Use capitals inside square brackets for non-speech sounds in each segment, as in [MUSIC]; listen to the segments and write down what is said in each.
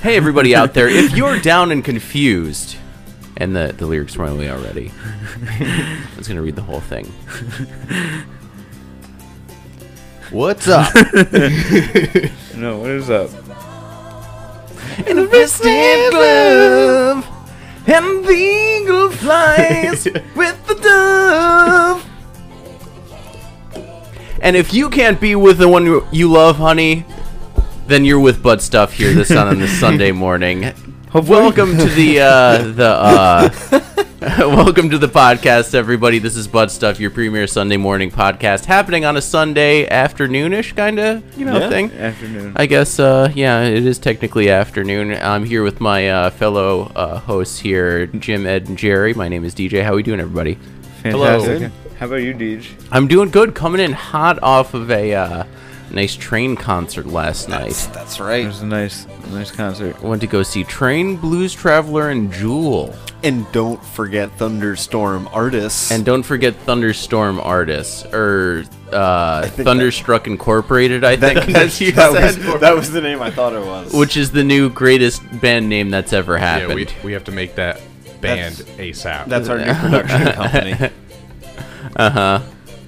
Hey, everybody out there, if you're down and confused, and the, the lyrics were away already, I was going to read the whole thing. What's [LAUGHS] up? No, what is up? Invested love and the eagle [LAUGHS] flies with the dove. And if you can't be with the one you love, honey, then you're with Bud Stuff here this on, on this Sunday morning. Welcome [LAUGHS] to the uh, the uh, [LAUGHS] welcome to the podcast, everybody. This is Bud Stuff, your premier Sunday morning podcast, happening on a Sunday afternoonish kind of you know thing. Afternoon. I guess, uh, yeah, it is technically afternoon. I'm here with my uh, fellow uh, hosts here, Jim, Ed, and Jerry. My name is DJ. How we doing, everybody? Fantastic. Hello. How about you, Deej? I'm doing good. Coming in hot off of a uh, nice train concert last night. That's It right. was a nice, nice concert. I went to go see Train, Blues Traveler, and Jewel. And don't forget Thunderstorm Artists. And don't forget Thunderstorm Artists, or uh, think that- Thunderstruck Incorporated, I [LAUGHS] think that's [LAUGHS] you that, said. was, that was the name I thought it was. which is the new greatest band name that's ever happened. Yeah, we, we have to make that band ASAP. that's our [LAUGHS] new production company. Uh-huh.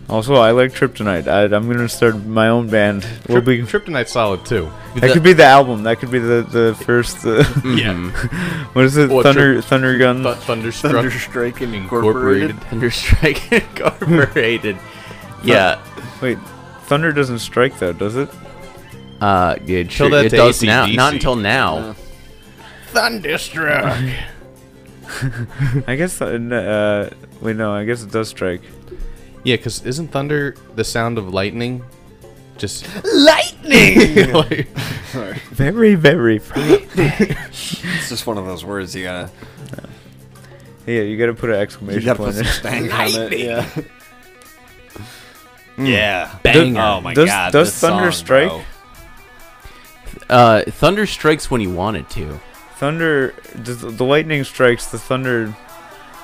Also, I like Kryptonite. I, I'm gonna start my own band. We'll Trip, be. Kryptonite Solid too. That could be the album. That could be the the first. [LAUGHS] Uh, Yeah. what is it? Or Thunder Thunder Gun. Th- Thunderstruck Thunderstrike Incorporated. Incorporated. Thunderstrike [LAUGHS] Incorporated. yeah. Wait, Thunder doesn't strike though, does [LAUGHS] it? Uh, it sure, that's it does now. AC/DC. Not until now. Thunderstruck. I guess. th- n- Uh, wait, no. I guess it does strike. Yeah, because isn't thunder the sound of lightning? Just Lightning! [LAUGHS] like, Very [LAUGHS] very. fr- it's just one of those words you gotta, yeah, you gotta put an you exclamation gotta put point. some in. stank on it. Yeah. Yeah. Banger. Oh my Does- god. does this song, Thunder Strike? bro. Uh, thunder strikes when you want it to. [LAUGHS] thunder. Does, the lightning strikes. The thunder.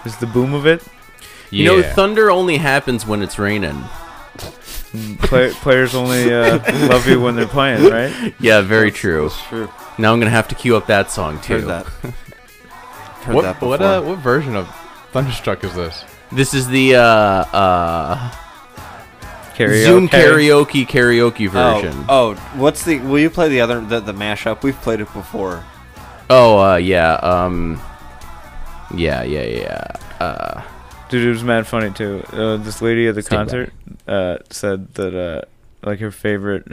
Is the boom of it? You know, Yeah. thunder only happens when it's raining. Play, players only [LAUGHS] uh, love you when they're playing, right? Yeah, very true. That's true. Now I'm gonna have to queue up that song too. Heard that. Heard what that before. what uh, what version of Thunderstruck is this? This is the uh, uh, Karaoke. Zoom karaoke karaoke version. oh, oh, what's the? Will you play the other the, the mashup? We've played it before. Oh, uh, yeah. Um, yeah, yeah, yeah. Uh, Dude, it was mad funny too. Uh, this lady at the Stay back. concert uh, said that uh, like her favorite [LAUGHS]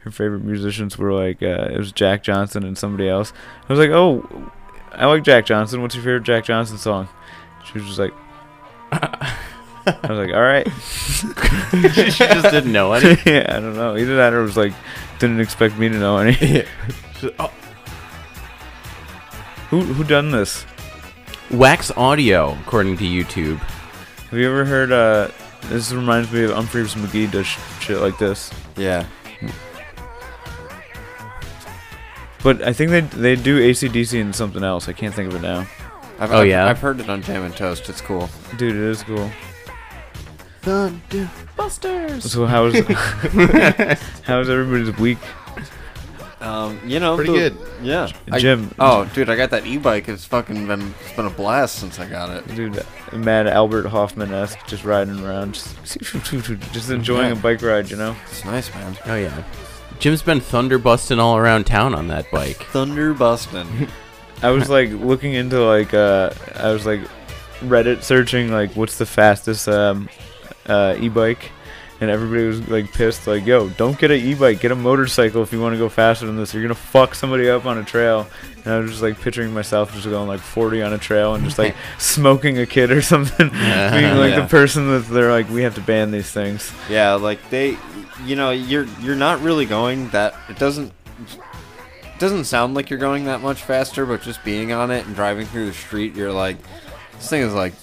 her favorite musicians were like uh, it was Jack Johnson and somebody else. I was like, oh, I like Jack Johnson. What's your favorite Jack Johnson song? She was [LAUGHS] just like, I was like, all right. [LAUGHS] she just didn't know any. [LAUGHS] yeah, I don't know. Either that or it was like didn't expect me to know any. [LAUGHS] Oh, who who done this? [LAUGHS] Wax Audio, according to YouTube. Have you ever heard? Uh, this reminds me of Humphreys McGee does sh- shit like this. Yeah. But I think they they do ACDC and something else. I can't think of it now. I've, Oh, I've- yeah? I've heard it on Jam and Toast. It's cool. Dude, it is cool. Busters. So how is [LAUGHS] how is everybody's week? Um, you know, Pretty the- good. Yeah. I- Jim. oh, dude, I got that e-bike. It's fucking been it's been a blast since I got it. Dude, mad Albert Hoffman esque, just riding around, just, [LAUGHS] just enjoying a bike ride, you know. It's nice, man. Oh yeah. Jim's been thunder busting all around town on that bike. Thunder busting. I was like looking into like uh, I was like Reddit searching like what's the fastest um, uh, e-bike, and everybody was like pissed like yo don't get an e-bike get a motorcycle if you want to go faster than this you're gonna fuck somebody up on a trail. And I was just like picturing myself just going like 40 on a trail and just like smoking a kid or something, [LAUGHS] being like Yeah. the person that they're like we have to ban these things. yeah, like they, you know, you're you're not really going that. It doesn't it doesn't sound like you're going that much faster, but just being on it and driving through the street, you're like, this thing is like.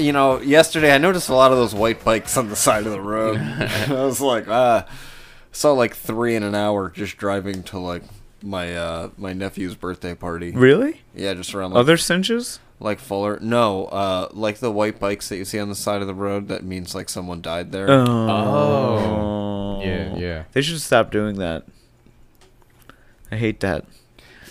You know, yesterday I noticed a lot of those white bikes on the side of the [LAUGHS] road. [LAUGHS] I was like, ah, saw like three in an hour just driving to like my uh my nephew's birthday party. Really? Yeah, just around like Other cinches? Like Fuller? No, uh, like the white bikes that you see on the side of the road. That means like someone died there. Oh. yeah, yeah. They should stop doing that. I hate that.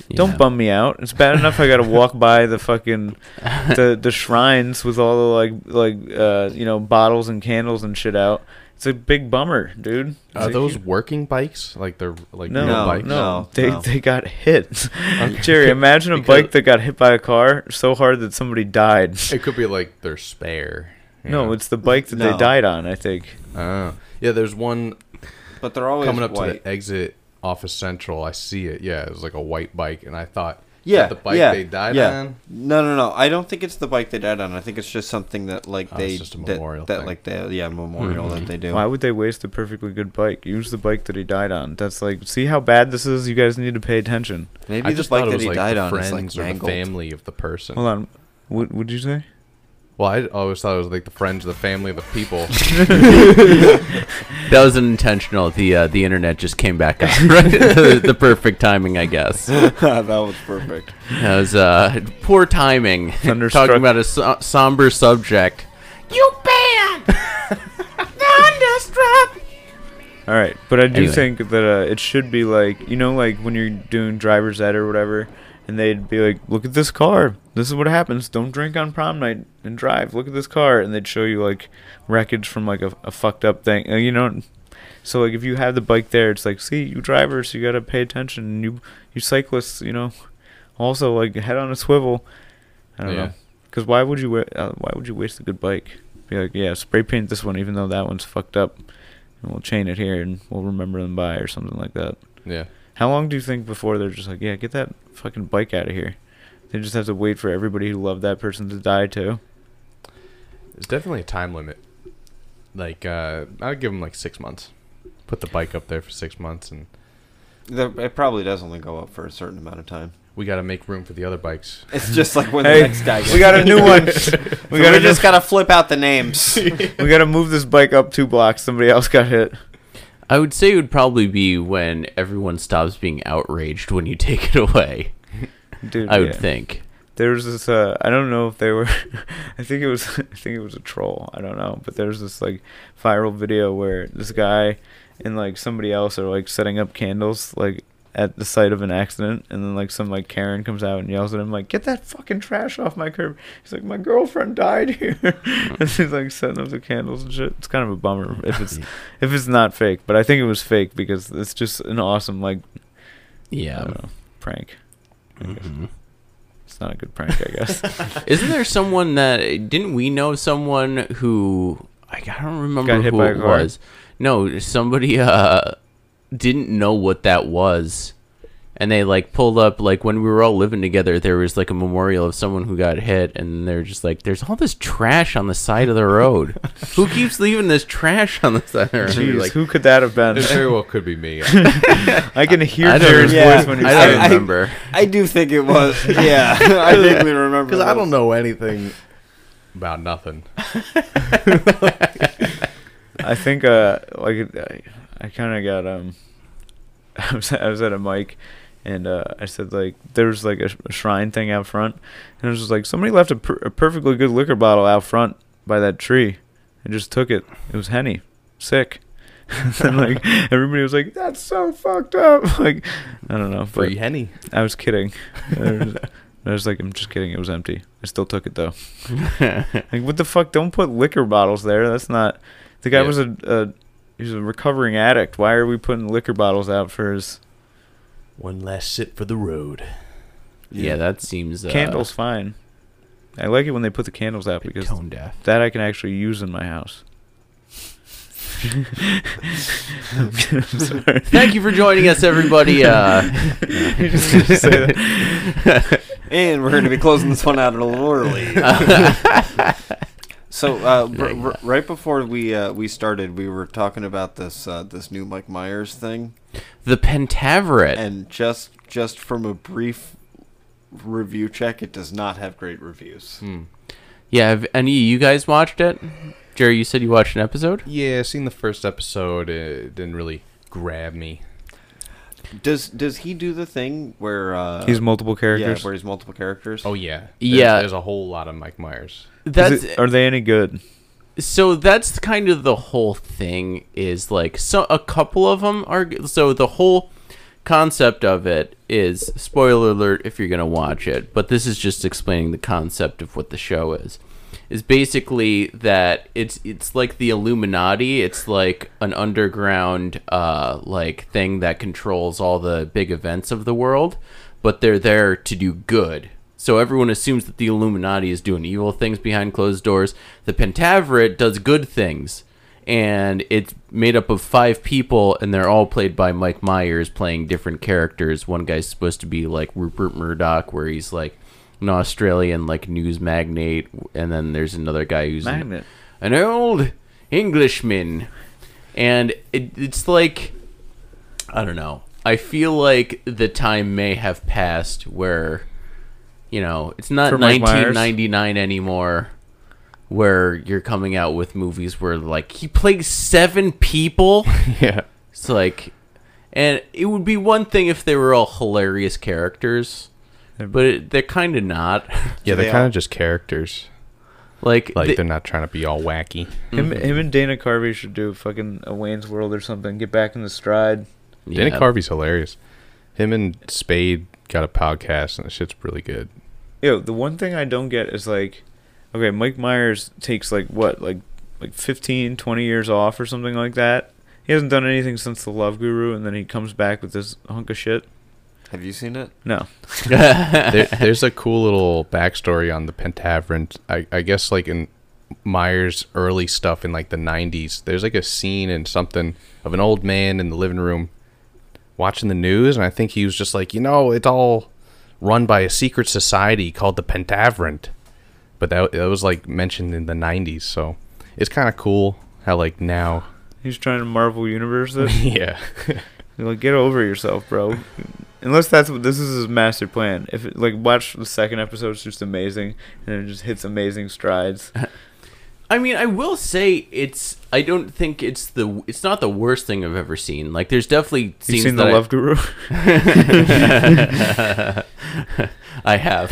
Don't Yeah. bum me out. It's bad enough I gotta walk by the fucking [LAUGHS] the the shrines with all the like like uh you know bottles and candles and shit out. It's a big bummer, dude. Are It's a- those working bikes? Like they're like no, real no, bikes? No, They no. they got hit. [LAUGHS] Okay. Jerry, imagine a Because- bike that got hit by a car so hard that somebody died. It could be like their spare. you No, know? it's the bike that they No. died on. I think. oh. yeah. There's one But they're always coming up white. to the exit off of Central. I see it. Yeah, it was like a white bike, and I thought, is yeah, that the bike yeah, they died yeah. on. No, no, no. I don't think it's the bike they died on. I think it's just something that like Oh, they it's just a that, memorial that thing. Hmm. like they yeah memorial that they do. Why would they waste a perfectly good bike? Use the bike that he died on. That's like, see how bad this is. You guys need to pay attention. Maybe I the just bike thought it that was he like died the on is like friends or the mangled. family of the person. Hold on. What would you say? Well, I always thought it was like the friends, the family, the [LAUGHS] people. That was intentional. The uh, the internet just came back up. [LAUGHS] Right? the, the perfect timing, I guess. [LAUGHS] that was perfect. That was uh, poor timing. [LAUGHS] Thunderstruck. Talking about a so- somber subject. You banned. [LAUGHS] Thunderstruck. All right, but I do Anyway. think that uh, it should be like you know, like when you're doing driver's ed or whatever, and they'd be like, "Look at this car. This is what happens. Don't drink on prom night and drive. Look at this car," and they'd show you like wreckage from like a, a fucked up thing. uh, You know, so like if you have the bike there, it's like, see, you drivers, you gotta pay attention. And you you cyclists, you know, also like head on a swivel. I don't know. 'Cause Yeah. know, because why would you wa- uh, why would you waste a good bike? Be like, yeah, spray paint this one, even though that one's fucked up and we'll chain it here and we'll remember them by or something like that. yeah. How long do you think before they're just like, yeah, get that fucking bike out of here? They just have to wait for everybody who loved that person to die too. There's definitely a time limit. Like, uh, I'd give them like six months. Put the bike up there for six months, and The- It probably does only go up for a certain amount of time. we got to make room for the other bikes. It's just like when Hey, the next guy. Gets we got a there. new [LAUGHS] one. We, We gotta just gotta flip out [LAUGHS] the names. We gotta move this bike up two blocks. Somebody else got hit. I would say it would probably be when everyone stops being outraged when you take it away. Dude, I would yeah. think. there was this uh I don't know if they were [LAUGHS] I think it was [LAUGHS] I think it was a troll. I don't know, but there's this like viral video where this guy and like somebody else are like setting up candles like at the site of an accident and then like some like Karen comes out and yells at him like get that fucking trash off my curb. He's like my girlfriend died here. [LAUGHS] and he's like setting up the candles and shit. It's kind of a bummer if it's if it's not fake, but I think it was fake because it's just an awesome like I Yeah. don't know, prank. Mhm. It's not a good prank, I guess. Isn't there someone that didn't we know someone who like, I don't remember Got hit who by a it car. was. No, somebody uh didn't know what that was. And they like pulled up like when we were all living together there was like a memorial of someone who got hit and they're just like there's all this trash on the side of the [LAUGHS] road. who keeps leaving this trash on the side of the road? Jeez, Like, who could that have [LAUGHS] been? It very well could [LAUGHS] be me. I can hear I don't Jared's remember. voice when you I say don't it. remember. I do think it was. Yeah, [LAUGHS] I vaguely [LAUGHS] remember. Because I this. don't know anything about nothing. I think uh, like I, I kind of got um, [LAUGHS] I was I was at a mic, and uh, I said like there was like a, sh- a shrine thing out front, and it was just like somebody left a, per- a perfectly good liquor bottle out front by that tree, and just took it. It was henny, sick. [LAUGHS] and like everybody was like, "That's so fucked up." [LAUGHS] Like, I don't know. But Free Henny. I was kidding. [LAUGHS] I was, I was like, "I'm just kidding." It was empty. I still took it though. [LAUGHS] Like what the fuck? Don't put liquor bottles there. That's not. The guy Yeah. was a, a he was a recovering addict. Why are we putting liquor bottles out for his One last sit for the road. [LAUGHS] yeah, that seems uh, candles? Fine. I like it when they put the candles out a bit because tone deaf. that I can actually use in my house. I'm sorry. [LAUGHS] Thank you for joining us, everybody. [LAUGHS] Uh, You're just gonna say that. [LAUGHS] And we're going to be closing this one out a little early. so uh, r- r- right before we uh, we started, we were talking about this uh, this new Mike Myers thing, the Pentaveret. and just just from a brief review check, it does not have great reviews. Hmm. yeah, have any of you guys watched it? Jerry, you said you watched an episode. Yeah, seen the first episode. It didn't really grab me. Does does he do the thing where uh, He's multiple yeah, characters. where he's multiple characters? Oh yeah, There's- Yeah. There's a whole lot of Mike [LAUGHS] Myers. Is That's it- are they any good? so. That's kind of the whole thing. Is like so. A couple of them are so the whole concept of it is spoiler alert if you're going to watch it, but this is just explaining the concept of what the show is. Is basically that it's it's like the Illuminati. It's like an underground uh, like thing that controls all the big events of the world, but they're there to do good. So everyone assumes that the Illuminati is doing evil things behind closed doors. The Pentaveret does good things and it's made up of five people, and they're all played by Mike Myers, playing different characters. One guy's supposed to be like Rupert Murdoch, where he's like an Australian like news magnate, and then there's another guy who's an- Magnet. an old Englishman, and it, it's like I don't know. I feel like the time may have passed where you know it's not For Mike Myers? 1999 anymore, where you're coming out with movies where like he plays seven [LAUGHS] people. Yeah. It's like, and it would be one thing if they were all hilarious characters, but it, they're kind of not. [LAUGHS] Yeah, they they're kind all- of just characters. like, Like they- they're not trying to be all wacky. Him, him and Dana Carvey should do fucking a Wayne's World or something. Get back in the stride. [LAUGHS] yeah. Dana Carvey's hilarious. Him and Spade got a podcast, and the shit's really good. Yo, the one thing I don't get is like, okay, Mike Myers takes like what, like like 15, 20 years off or something like that. He hasn't done anything since The Love Guru, and then he comes back with this hunk of shit. Have you seen it? No. there, there's a cool little backstory on the Pentavern. I, I guess like in Myers' early stuff in like the 90s, there's like a scene in something of an old man in the living room watching the news, and I think he was just like, you know, it's all run by a secret society called the Pentavern. But that, that was like mentioned in the 90s, so it's kind of cool how [LAUGHS] like now, He's trying to Marvel Universe [LAUGHS] it. yeah, You're like, get over yourself, bro. Unless that's what this is his master plan. If it, like watch the second episode, it's just amazing, and it just hits amazing strides. [LAUGHS] I mean, I will say it's. I don't think it's the. It's not the worst thing I've ever seen. Like, there's definitely You scenes seen that the I- Love Guru? [LAUGHS] I have.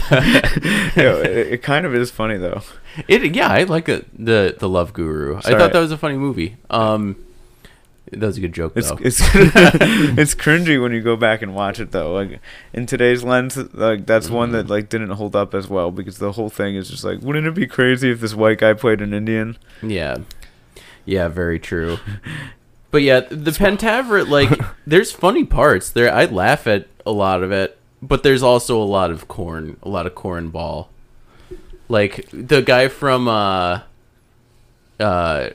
[LAUGHS] Yo, it, [LAUGHS] it kind of is funny though. it yeah, I like the the, the Love Guru. I Sorry. thought that was a funny movie. Um, that was a good joke It's though. it's [LAUGHS] it's cringy when you go back and watch it though. Like in today's lens, like that's one that like didn't hold up as well because the whole thing is just like, wouldn't it be crazy if this white guy played an Indian? yeah, yeah, very true. But yeah, the Pentaveret [LAUGHS] like there's funny parts there. I laugh at a lot of it, but there's also a lot of corn, a lot of cornball. Like the guy from uh, uh,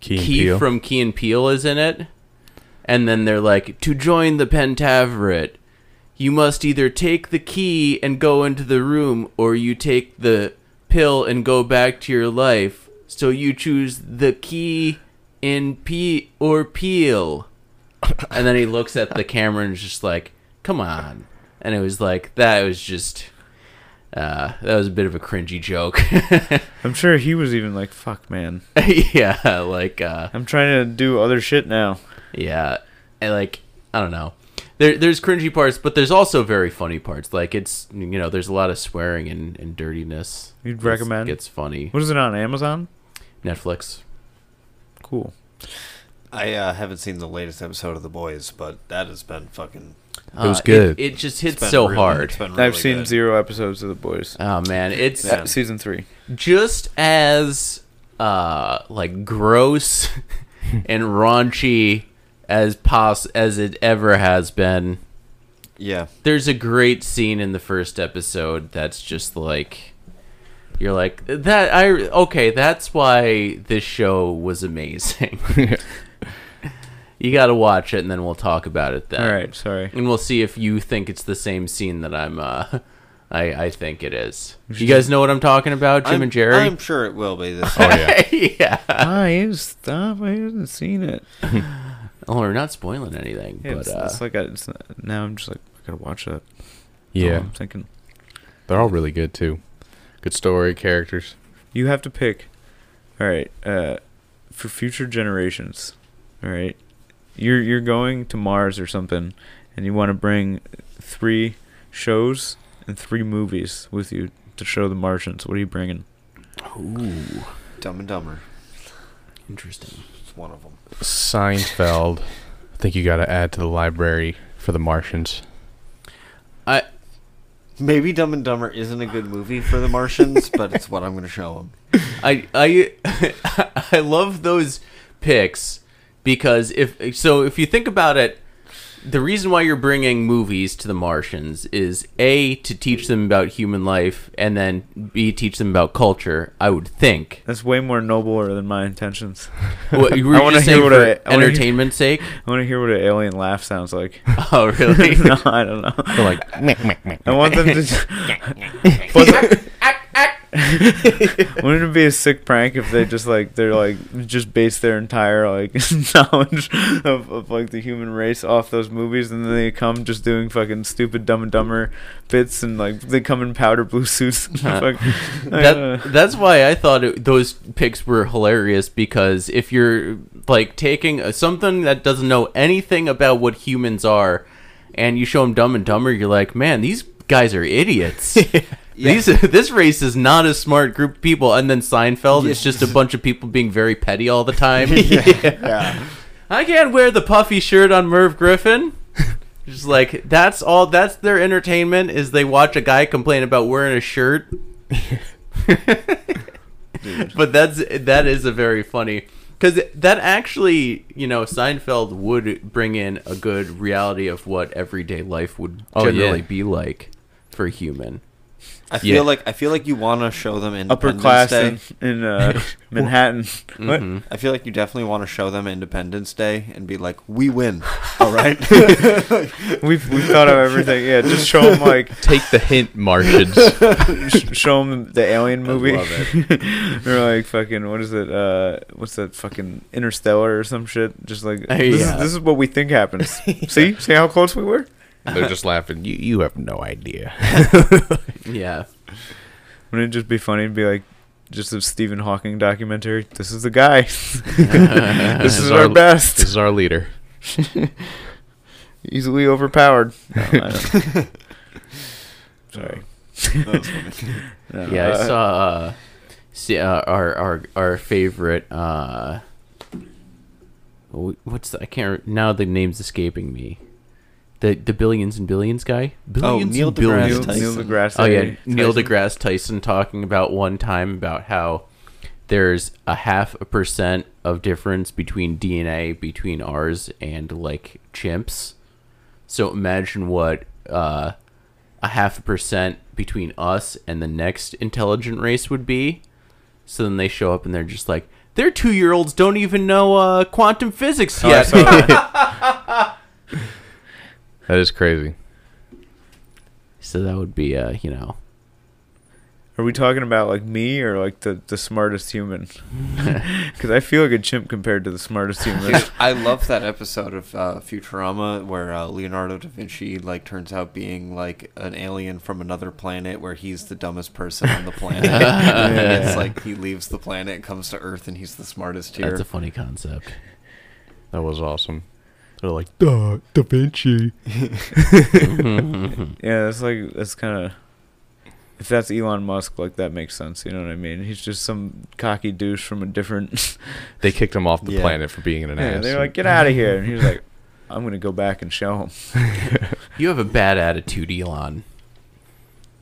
Key, and Key Peele. from Key and Peele is in it, and then they're like, "To join the Pentaveret, you must either take the key and go into the room, or you take the pill and go back to your life. So you choose the key in P or [LAUGHS] Peel." and then he looks at the camera and is just like, "Come on!" And it was like that was just. Uh, that was a bit of a cringy joke. [LAUGHS] I'm sure he was even like, fuck man, yeah, like uh, I'm trying to do other shit now. Yeah, and like I don't know. There, there's cringy parts, but there's also very funny parts. Like it's you know there's a lot of swearing and, and dirtiness. You'd It's- recommend? It's funny. What is it on Amazon? Netflix. Cool. I uh, haven't seen the latest episode of The Boys, but that has been fucking. Uh, was good. It, it just it's hits been so really- hard. It's been I've really seen good. zero episodes of The Boys. Uh, Oh man, it's Yeah. Season three. just as uh like gross [LAUGHS] and raunchy as pos as it ever has been. Yeah, there's a great scene in the first episode that's just like you're like that i okay that's why this show was amazing you gotta watch it and then we'll talk about it then All [LAUGHS] right, sorry. and we'll see if you think it's the same scene that i'm uh [LAUGHS] i i think it is you guys know what i'm talking about jim I'm, and jerry I'm sure it will be this. oh yeah, [LAUGHS] yeah I stop. I haven't seen it. well Oh, we're not spoiling anything Yeah, but it's, uh it's like I, it's, now I'm just like I gotta watch that. yeah. I'm thinking They're all really good too. Good story, characters. you have to pick. All right, uh, for future generations. All right, you're you're going to Mars or something, and you want to bring three shows and three movies with you to show the Martians. What are you bringing? ooh Dumb and Dumber. interesting It's one of them. Seinfeld. I think you got to add to the library for the Martians. I Maybe Dumb and Dumber isn't a good movie for the [LAUGHS] Martians, but it's what I'm going to show them. I [LAUGHS] I I love those picks because if so if you think about it the reason why you're bringing movies to the Martians is A to teach them about human life and then B teach them about culture I would [LAUGHS] think That's way more nobler than my intentions. what, you were I wanna just hear saying what for I- I wanna hear- entertainment's [LAUGHS] sake I want to hear what an alien laugh sounds like. oh really [LAUGHS] no, I don't know. [LAUGHS] They're like, meh, meh, meh. I want them to. but [LAUGHS] wouldn't it be a sick prank if they just like they're like just base their entire like [LAUGHS] knowledge of, of like the human race off those movies, and then they come just doing fucking stupid Dumb and Dumber bits, and like they come in powder blue suits. And Huh. fuck- I [LAUGHS] don't that, know. that's why I thought it, those picks were hilarious because if you're like taking a, something that doesn't know anything about what humans are, and you show them Dumb and Dumber, you're like, man, these guys are idiots. These [LAUGHS] this race is not a smart group of people. And then Seinfeld, it's just a bunch of people being very petty all the time. Yeah. I can't wear the puffy shirt on Merv Griffin. [LAUGHS] Just like that's all. That's their entertainment is they watch a guy complain about wearing a shirt. [LAUGHS] but that's that is a very funny because that actually you know Seinfeld would bring in a good reality of what everyday life would Oh, yeah. generally be like for a human. I feel Yeah. like I feel like you want to show them upper Independence class Day. in, in uh, Manhattan. What? Mm-hmm. I feel like you definitely want to show them Independence Day and be like, "We win, [LAUGHS] all right." We've we've thought of everything. Yeah, just show them like Take the [LAUGHS] hint, Martians. sh- show them the alien movie. love They're like fucking what is it? Uh, what's that fucking Interstellar or some shit? Just like Oh, this, yeah. is, this is what we [LAUGHS] think happens. See, see how close we were. They're just laughing. You you have no idea. [LAUGHS] Yeah, [LAUGHS] Wouldn't it just be funny to be like just a Stephen Hawking documentary? This is the [LAUGHS] guy. [LAUGHS] [LAUGHS] this is our best. This is our leader. Easily overpowered. No, I don't- Sorry. No, yeah. I uh, saw uh, see, uh, our our our favorite. Uh, wh- what's the, I can't re- now the name's escaping me. The the billions and billions guy. Oh, Billions Neil and deGrasse Neil, billions. Tyson. Neil deGrasse. Oh yeah, Tyson. Neil deGrasse Tyson talking about one time about how there's a half a percent of difference between DNA between ours and like chimps. So imagine what uh, a half a percent between us and the next intelligent race would be. So then they show up and they're just like, their two year olds don't even know uh, quantum physics Oh, I yet. saw that. That is crazy. [LAUGHS] so that would be, uh, you know, Are we talking about like me or like the, the [LAUGHS] smartest human? [LAUGHS] Because I feel like a chimp compared to the smartest [LAUGHS] human. [LAUGHS] Dude, I love that episode of uh, Futurama where uh, Leonardo da Vinci like turns out being like an alien from another planet where he's the dumbest person [LAUGHS] on the planet. And it's like he leaves the planet, comes to Earth, and he's the smartest here. that's a funny [LAUGHS] concept. [LAUGHS] That was awesome. They're like, duh, Da Vinci. yeah, that's like that's kind of. If that's Elon Musk, like that makes sense. You know what I mean? He's just some cocky douche from a different. They kicked him off the Yeah. planet for being [LAUGHS] an yeah, ass. they're like, get out of here, and [LAUGHS] he's like, I'm gonna go back and show him. You have a bad attitude, Elon.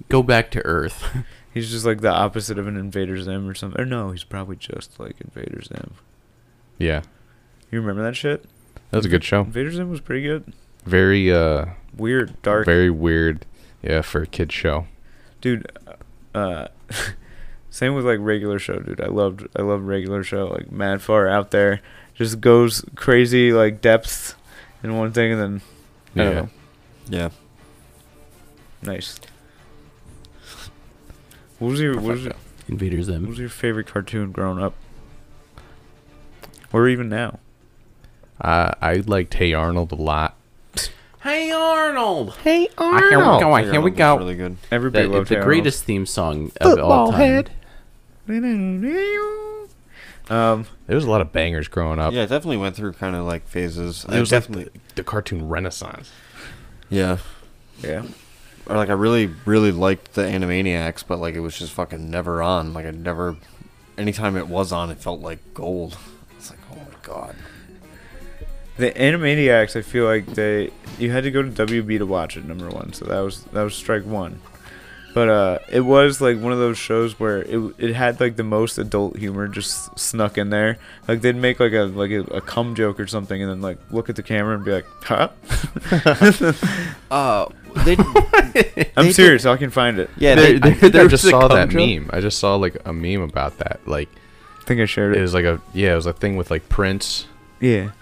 Go back to Earth. [LAUGHS] He's just like the opposite of an Invader Zim or something. Or no, he's probably just like Invader Zim. yeah, You remember that shit? that was a good show. Invader Zim was pretty good. Very uh, Weird, dark. very weird. Yeah, for a kid show. dude uh [LAUGHS] same with like regular show dude i loved i love regular show like mad far out there just goes crazy like depths in one thing and then I don't Yeah. know. yeah. nice [LAUGHS] what was your what was your, Perfecto. Invaders what them. was your favorite cartoon growing up or even now I I liked Hey Arnold a lot. Hey Arnold! Hey Figure Here out we was go. Really good. everybody The, loved the Hey greatest theme song of all time. Arnold. [LAUGHS] um There was a lot of bangers growing up. Yeah, I definitely went through kind of like phases. It I was like definitely, the, the cartoon renaissance. yeah. yeah Or like I really, really liked the Animaniacs, but like it was just fucking never on. Like I never, anytime it was on, it felt like gold. It's like, oh my god. the Animaniacs, I feel like they you had to go to WB to watch it number one, so that was that was strike one. But uh, it was like one of those shows where it, it had like the most adult humor just snuck in there. Like they'd make like a like a, a cum joke or something, and then like look at the camera and be like, "Huh?" [LAUGHS] [LAUGHS] Uh, they, I'm They serious. I can find it. yeah, They're- they, they're- I think I there's just a saw that cum joke? meme. I just saw like a meme about that. Like I think I shared it it. was like a yeah, it was a thing with like Prince. Yeah.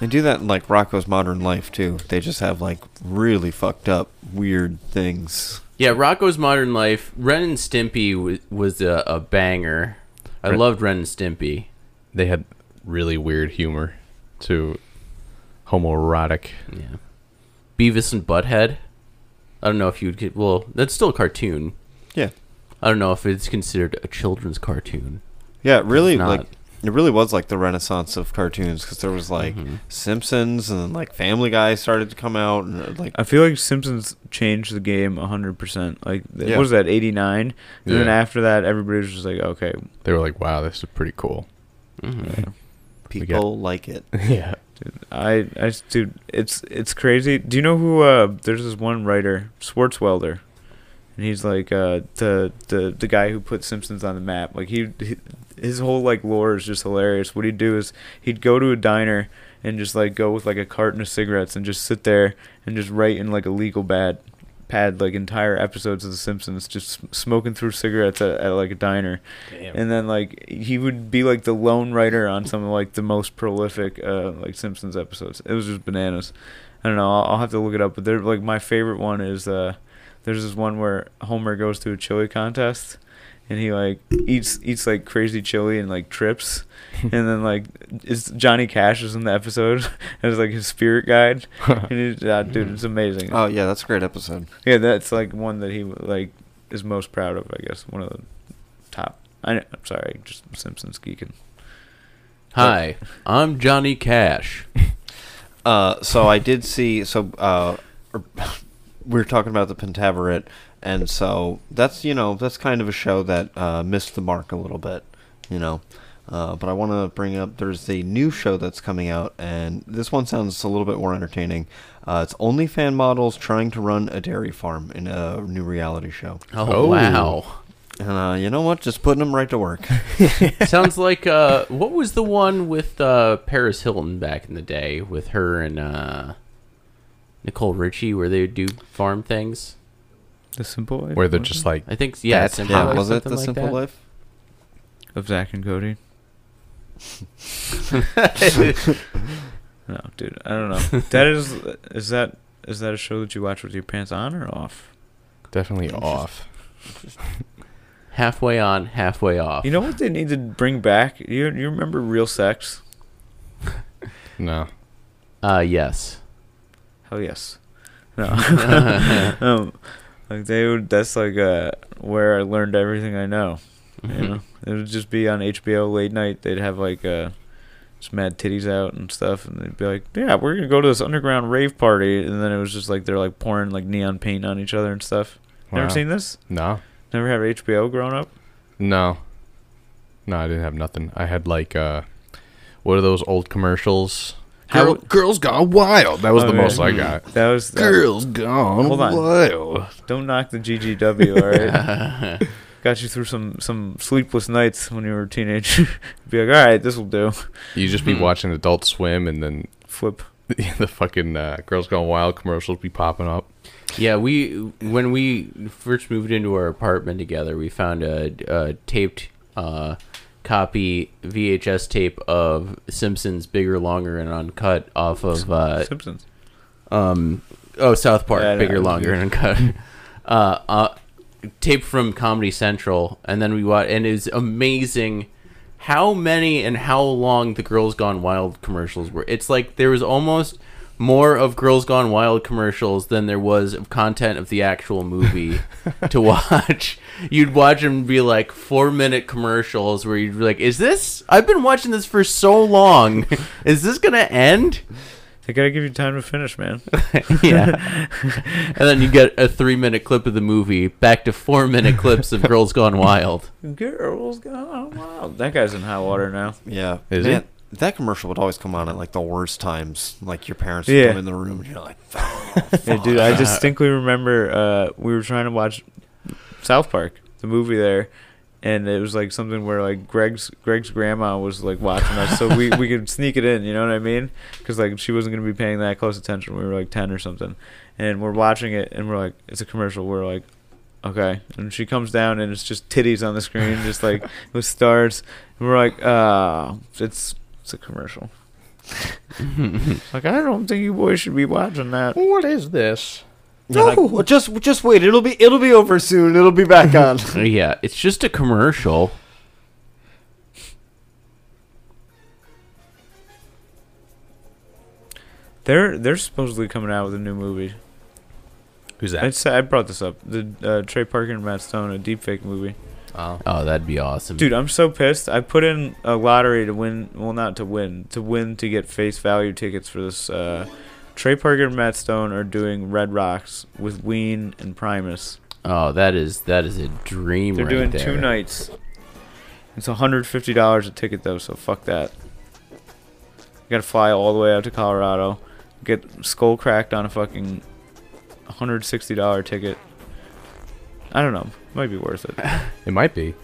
they do that in like Rocco's Modern Life too. They just have like really fucked up, weird things. Yeah, Rocco's Modern Life. Ren and Stimpy was, was a, a banger. I Ren- loved Ren and Stimpy. They had really weird humor, to homoerotic. Yeah. Beavis and Butthead. I don't know if you'd get. Well, that's still a cartoon. Yeah, I don't know if it's considered a children's cartoon. yeah. It really, It's not. like it really was like the renaissance of cartoons because there was Mm-hmm. like Simpsons and then like Family Guy started to come out and uh, like I feel like Simpsons changed the game 100%. Like, th- Yeah. what was that, 89? And then Yeah. after that, everybody was just like, okay. They were like, wow, this is pretty [LAUGHS] cool. Mm-hmm. got- people like it. yeah. I, I, s- dude, it's, it's crazy. Do you know who, uh, there's this one writer, Swartzwelder. And he's like, uh, the, the, the guy who put Simpsons on the map. Like, he, he, his whole, like, lore is just hilarious. What he'd do is he'd go to a diner and just, like, go with, like, a carton of cigarettes and just sit there and just write in, like, a legal bad pad like entire episodes of The Simpsons, just sm- smoking through cigarettes at, at like a diner, and then like he would be like the lone writer on some of like the most prolific uh, like Simpsons episodes. It was just bananas. I don't know. I'll, I'll have to look it up, but they're like my favorite one is uh, there's this one where Homer goes to a chili contest. And he like eats eats like crazy chili and like trips, and then like it's Johnny Cash is in the episode [LAUGHS] as like his spirit guide, and he's, ah, dude, it's amazing. Oh yeah, that's a great episode. Yeah, that's like one that he like is most proud of. I guess one of the top. I, know- I'm sorry, just Simpsons geeking. Hi, I'm Johnny Cash. Uh, so I did see. So uh, [LAUGHS] we were talking about the Pentaveret, and so that's you know that's kind of a show that uh, missed the mark a little bit, you know. Uh, but I want to bring up there's a new show that's coming out, and this one sounds a little bit more entertaining. Uh, it's only fan models trying to run a dairy farm in a new reality show, Oh, Oh. wow! and uh, you know what? Just putting them right to work. [LAUGHS] Sounds like uh, what was the one with uh, Paris Hilton back in the day with her and uh, Nicole Richie where they would do farm things? The simple life [LAUGHS] Where they're just [LAUGHS] like I think [LAUGHS] yeah, That's Simple Him. Life, was it something the like Simple that. Life? of Zach and [LAUGHS] Cody. No, dude, I don't know. that is is that is that a show that you watch with your pants on or off? definitely off. halfway on, halfway off. You know what they need to bring back? You you remember Real Sex? No. uh, yes. Hell yes. [LAUGHS] No. [LAUGHS] um, like they would. That's like uh, where I learned everything I know. You [LAUGHS] know, it would just be on HBO late night. They'd have like uh, just mad titties out and stuff, and they'd be like, "Yeah, we're gonna go to this underground rave party," and then it was just like they're like pouring like neon paint on each other and stuff. Wow. Never seen this? No. Never had HBO growing up? No. No, I didn't have nothing. I had like uh what are those old commercials? How- Girl- girls gone wild. That was Oh, the yeah. most I got. That was that- Girls gone Hold on. wild. Don't knock the GGW, all right? [LAUGHS] [LAUGHS] Got you through some some sleepless nights when you were a teenager. [LAUGHS] be like, all right, this will do. You just Hmm. be watching Adult Swim and then [LAUGHS] Flip. the fucking uh, Girls Gone Wild commercials be popping up. Yeah, we when we first moved into our apartment together, we found a, a taped uh, copy VHS tape of Simpsons Bigger, Longer, and Uncut off of uh, Simpsons. um oh South Park Yeah, Bigger, no, Longer, and Uncut. [LAUGHS] Uh, uh, tape from Comedy Central, and then we watched, and it's amazing how many and how long the Girls Gone Wild commercials were. It's like there was almost more of Girls Gone Wild commercials than there was of content of the actual movie to watch. You'd watch them be like four minute commercials where you'd be like, "Is this? I've been watching this for so long. [LAUGHS] Is this gonna end?" They gotta give you time to finish, man. yeah. and then you get a three minute clip of the movie back to four [LAUGHS] minute clips of [LAUGHS] Girls Gone Wild. Girls gone wild. That guy's in hot water now. Yeah. Is Man, that commercial would always come on at like the worst times. Like your parents would Yeah. come in the room, and you're like, [LAUGHS] Yeah, dude, I distinctly remember uh, we were trying to watch South Park, the movie there, and it was like something where like Greg's Greg's grandma was like watching us, so we, we could sneak it in. You know what I mean? Because like she wasn't gonna be paying that close attention. We were like ten or something, and we're watching it, and we're like, it's a commercial. We're like. Okay, and she comes down and it's just titties on the screen, just like with stars. And we're like, uh, it's it's a commercial. like I don't think you boys should be watching that. What is this? you're like, No. "Well, just just wait, it'll be it'll be over soon. It'll be back on. yeah, it's just a commercial. They're they're supposedly coming out with a new movie. Who's I, that? said- I brought this up. The uh, Trey Parker and Matt Stone, a deepfake movie. Oh. Oh, that'd be awesome. Dude, I'm so pissed. I put in a lottery to win. Well, not to win. To win to get face value tickets for this. Uh, Trey Parker and Matt Stone are doing Red Rocks with Ween and Primus. Oh, that is that is a dream. They're right doing there. two nights. It's $150 a ticket though, so fuck that. You gotta fly all the way out to Colorado, get skull cracked on a fucking $160 ticket. I don't know. Might be worth it. It might be.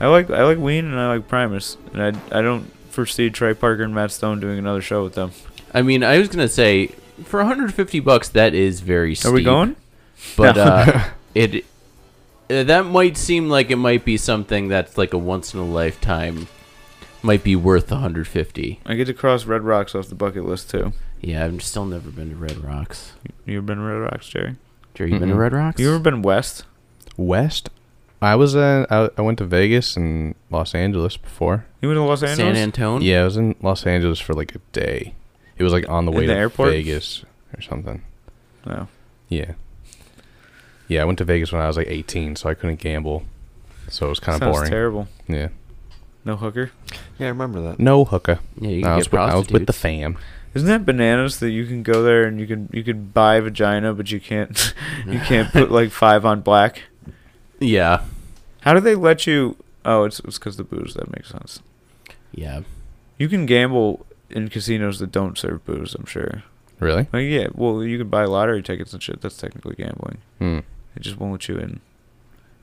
I like I like Ween and I like Primus, and I I don't foresee Trey Parker and Matt Stone doing another show with them. I mean, I was gonna say for 150 bucks, that is very. Steep, Are we going? But No. uh, [LAUGHS] it uh, that might seem like it might be something that's like a once in a lifetime. Might be worth 150. I get to cross Red Rocks off the bucket list too. Yeah, I've still never been to Red Rocks. You ever been to Red Rocks, Jerry? Jerry, you been to Mm-mm. Red Rocks? You ever been west? West. I was uh, I, I went to Vegas and Los Angeles before. You went to Los Angeles? San Antone? Yeah, I was in Los Angeles for like a day. It was like on the In way the to airport? Vegas or something. No. Yeah. Yeah, I went to Vegas when I was like 18, so I couldn't gamble. So it was kind of Sounds boring. terrible. Yeah. No hooker. yeah, I remember that. No hookah. Yeah, you can I get was, with, I was with the prostitutes. fam. Isn't that bananas that you can go there and you can you could buy vagina, but you can't [LAUGHS] you can't put like five on black? Yeah, How do they let you? Oh, it's it's because the booze. That makes sense. yeah. You can gamble in casinos that don't serve booze. I'm sure. Really? Like yeah, well you can buy lottery tickets and shit. That's technically gambling. Hmm. It just won't let you in.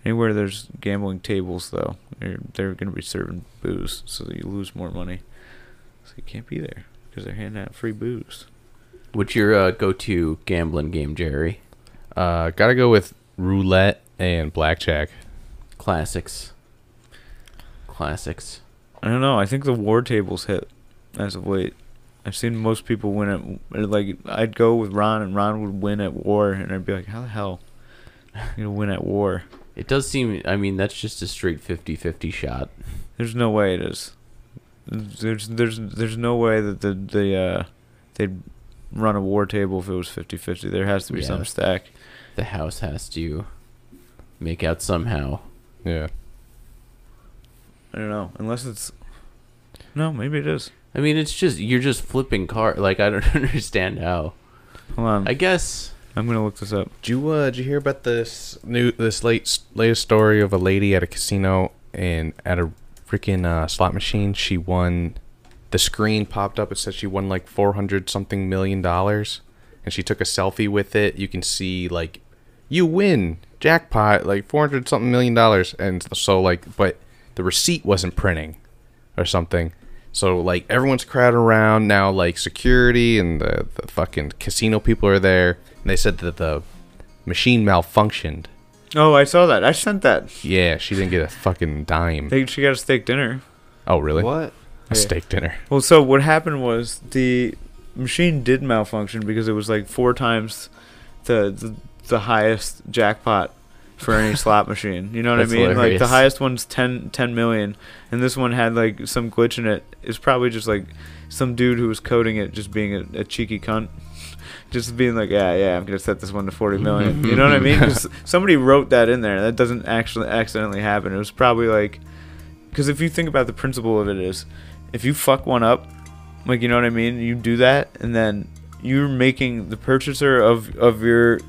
Anywhere there's gambling tables though, they're, they're gonna be serving booze, so that you lose more money. So you can't be there because they're handing out free booze. What's your uh, go-to gambling game, Jerry? Uh, gotta go with roulette and blackjack. Classics. Classics. I don't know. I think the war tables hit as of late. I've seen most people win at like I'd go with Ron and Ron would win at war, and I'd be like, how the hell you gonna win at war? It does seem. I mean, that's just a straight 50-50 shot. There's no way it is. There's there's there's no way that the the uh, they'd run a war table if it was 50-50. There has to be Yeah. some stack. The house has to make out somehow. Yeah. I don't know unless it's no maybe it is. I mean, it's just you're just flipping car. Like I don't [LAUGHS] understand how. Hold on, I guess. I'm gonna look this up. Did you uh, did you hear about this new this late latest story of a lady at a casino and at a freaking uh, slot machine? She won. The screen popped up. It said she won like four hundred something million dollars, and she took a selfie with it. You can see like, you win jackpot like four hundred something million dollars, and so like, but the receipt wasn't printing, or something. So like everyone's crowded around now. Like security and the, the fucking casino people are there, and they said that the machine malfunctioned. Oh, I saw that. I sent that. Yeah, she didn't get a fucking dime. They, she got a steak dinner. oh, really? What? A steak dinner. Well, so what happened was the machine did malfunction because it was like four times the the, the highest jackpot for [LAUGHS] any slot machine. You know what That's I mean? Like the hilarious. highest one's 10, 10 million, and this one had like some glitch in it. It's probably just like some dude who was coding it just being a, a cheeky cunt. [LAUGHS] Just being like, yeah, yeah, I'm gonna set this one to forty million. You know what I mean? 'Cause somebody wrote that in there. That doesn't actually accidentally happen. It was probably like, because if you think about the principle of it is, if you fuck one up, like you know what I mean, you do that, and then you're making the purchaser of of your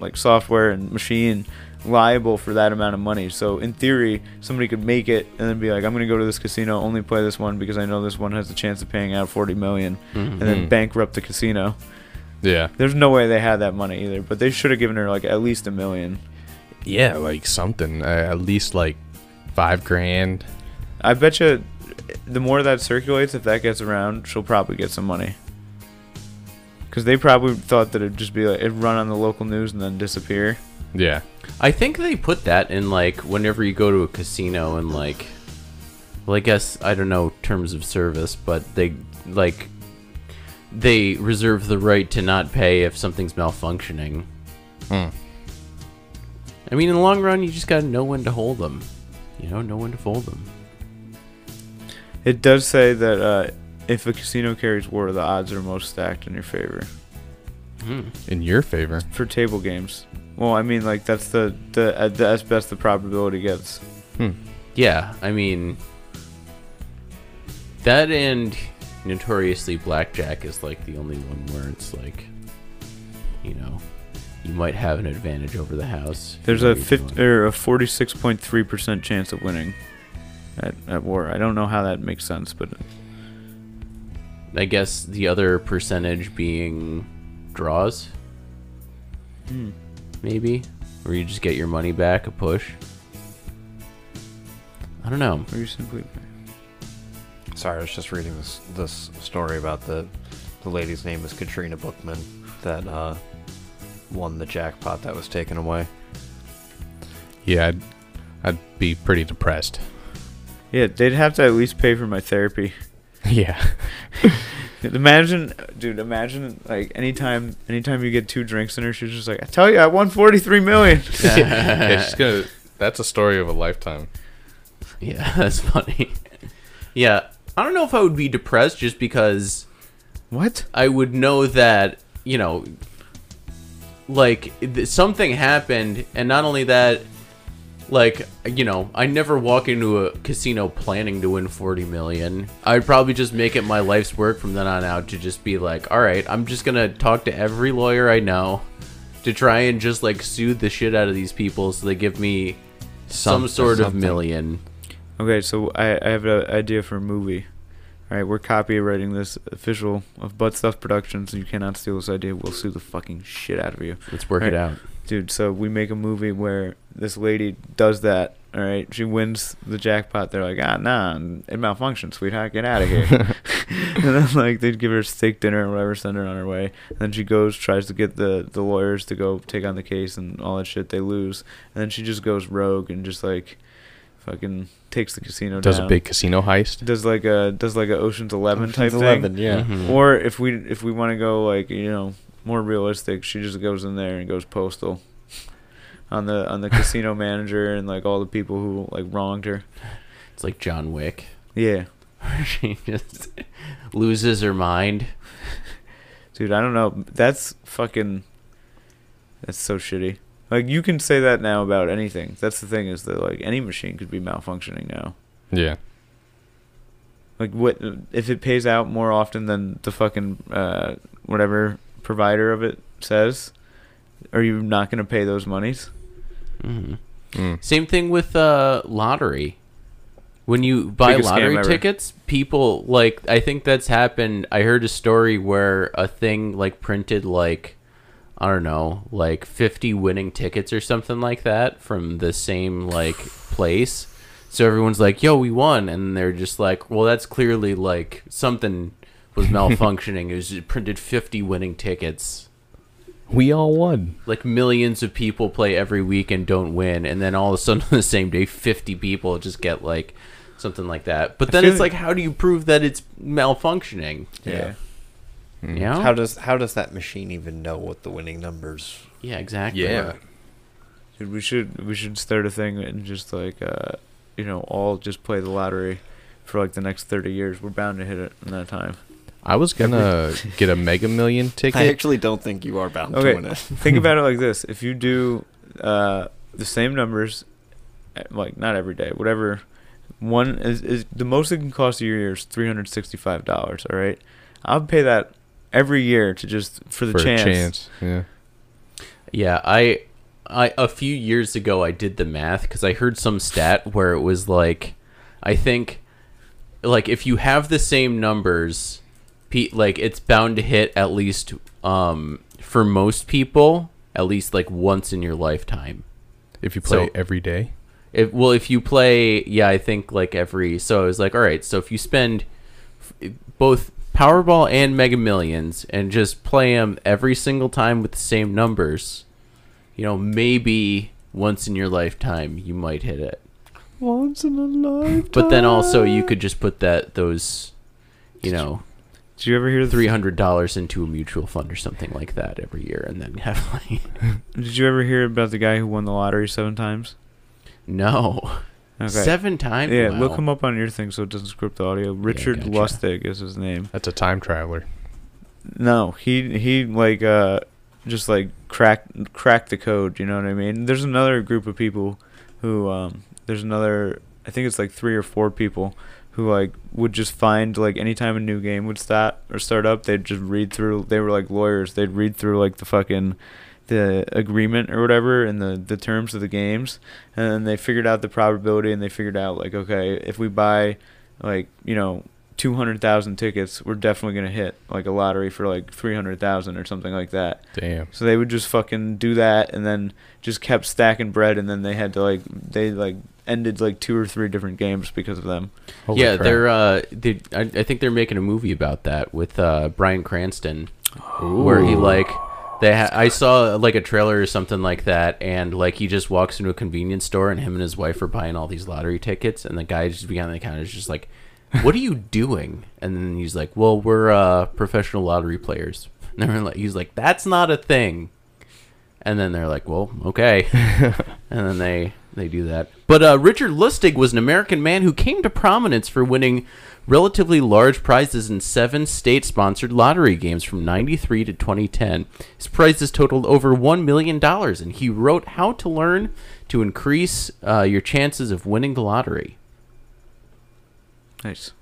like software and machine liable for that amount of money. So in theory, somebody could make it and then be like, I'm gonna go to this casino, only play this one because I know this one has a chance of paying out 40 million, Mm-hmm. and then bankrupt the casino. Yeah. There's no way they had that money either, but they should have given her like at least a million. Yeah, like something. Uh, at least like five grand. I bet you, the more that circulates, if that gets around, she'll probably get some money. Because they probably thought that it'd just be like it'd run on the local news and then disappear. Yeah. I think they put that in like whenever you go to a casino and like, well, I guess I don't know terms of service, but they like they reserve the right to not pay if something's malfunctioning. I mean, in the long run, you just gotta know when to hold them. You know, know when to fold them. It does say that uh, if a casino carries war, the odds are most stacked in your favor In your favor. for table games. Well, I mean, like that's the the uh, the as best the probability gets. Hmm. Yeah, I mean, that and notoriously blackjack is like the only one where it's like, you know, you might have an advantage over the house. if There's you know a what you're fifty doing. or a forty six point three percent chance of winning at, at war. I don't know how that makes sense, but I guess the other percentage being draws, maybe, or you just get your money back a push. I don't know. are you simply Sorry, I was just reading this this story about the the lady's name is Katrina Bookman that uh, won the jackpot that was taken away. Yeah, I'd, I'd be pretty depressed. yeah? They'd have to at least pay for my therapy. [LAUGHS] [LAUGHS] yeah. Imagine, dude. Imagine like anytime, anytime you get two drinks in her, she's just like, "I tell you, I won forty three million. [LAUGHS] yeah, she's gonna. That's a story of a lifetime. [LAUGHS] Yeah, that's funny. yeah, I don't know if I would be depressed just because. what? I would know that you know, like th- something happened, and not only that, like you know, I never walk into a casino planning to win forty million. I'd probably just make it my life's work from then on out to just be like, all right, I'm just gonna talk to every lawyer I know to try and just like soothe the shit out of these people so they give me some, Some- sort of something. million. Okay, so I, I have an idea for a movie. All right, we're copywriting this official of Butt Stuff Productions. You cannot steal this idea. We'll sue the fucking shit out of you. Let's work Right. it out. Dude, so we make a movie where this lady does that. All right, she wins the jackpot. They're like, ah, nah, and it malfunctioned, sweetheart. Get out of here. [LAUGHS] [LAUGHS] and then like they'd give her a steak dinner or whatever, send her on her way. And then she goes, tries to get the the lawyers to go take on the case and all that shit. They lose, and then she just goes rogue and just like, fucking takes the casino Does down. a big casino heist. does like a does like a Ocean's Eleven type thing. yeah. Mhm. Or if we if we want to go like you know more realistic, she just goes in there and goes postal [LAUGHS] on the on the [LAUGHS] casino manager and like all the people who like wronged her. It's like John Wick. [LAUGHS] Yeah, she just loses her mind. dude, I don't know. That's fucking. That's so shitty. Like you can say that now about anything. That's the thing is that like any machine could be malfunctioning now. Yeah. Like what if it pays out more often than the fucking uh, whatever provider of it says? Are you not going to pay those monies? Mhm. Mm. Same thing with uh, lottery. When you buy Biggest scam lottery ever. tickets, people like I think that's happened. I heard a story where a thing like printed like I don't know, like 50 winning tickets or something like that from the same like place. So everyone's like, "Yo, we won." And they're just like, "Well, that's clearly like something [LAUGHS] was malfunctioning. it was it printed 50 winning tickets." We all won. like millions of people play every week and don't win and then all of a sudden [LAUGHS] on the same day 50 people just get like something like that but then feel it's like- like how do you prove that it's malfunctioning Yeah. you know? How does how does that machine even know what the winning numbers? yeah exactly Yeah. Dude, we should we should start a thing and just like uh, you know all just play the lottery for like the next thirty years. We're bound to hit it in that time. I was gonna [LAUGHS] get a Mega [LAUGHS] Million I ticket. actually don't think you are bound Okay. to win it. Think about it like this: if you do uh, the same numbers, eh, like not every day, whatever. One is, is the most it can cost a year is three hundred sixty-five dollars. All right, I'll pay that every year to just for the for chance. a chance. Yeah. yeah i I a few years ago I did the math because I heard some stat where it was like, I think, like if you have the same numbers, pe- like it's bound to hit at least um for most people at least like once in your lifetime. If you play So- every day, If well, if you play, yeah, I think like every. So I was like, all right, so if you spend f- both Powerball and Mega Millions and just play them every single time with the same numbers, you know, maybe once in your lifetime you might hit it. Once in a lifetime. But then also you could just put that those, you know, Did you ever hear the three hundred dollars into a mutual fund or something like that every year, and then have like [LAUGHS] Did you ever hear about the guy who won the lottery seven times? no Okay. seven times. Yeah, Wow. look him up on your thing so it doesn't script the audio. Richard gotcha. Lustig is his name. that's a time traveler. No, he he like uh just like cracked cracked the code, you know what I mean? There's another group of people who um there's another I think it's like three or four people who like would just find like anytime a new game would start or start up, they'd just read through they were like lawyers, they'd read through like the fucking the agreement or whatever and the, the terms of the games and then they figured out the probability and they figured out like okay if we buy like you know 200,000 tickets we're definitely going to hit like a lottery for like 300,000 or something like that Damn. so they would just fucking do that and then just kept stacking bread and then they had to like they like ended like two or three different games because of them Holy yeah, crap. they're uh, they, I, I think they're making a movie about that with uh, Brian Cranston, where he like they ha- I saw like a trailer or something like that, and like he just walks into a convenience store and him and his wife are buying all these lottery tickets, and the guy just behind the counter is just like, "What are [LAUGHS] you doing?" And then he's like, "Well, we're uh, professional lottery players." [LAUGHS] And they're like, he's like, "That's not a thing." And then they're like, well, okay. [LAUGHS] and then they they do that. But uh, Richard Lustig was an American man who came to prominence for winning relatively large prizes in seven state-sponsored lottery games from 93 to 2010. His prizes totaled over $1 million, and he wrote How to Learn to Increase uh, Your Chances of Winning the Lottery. nice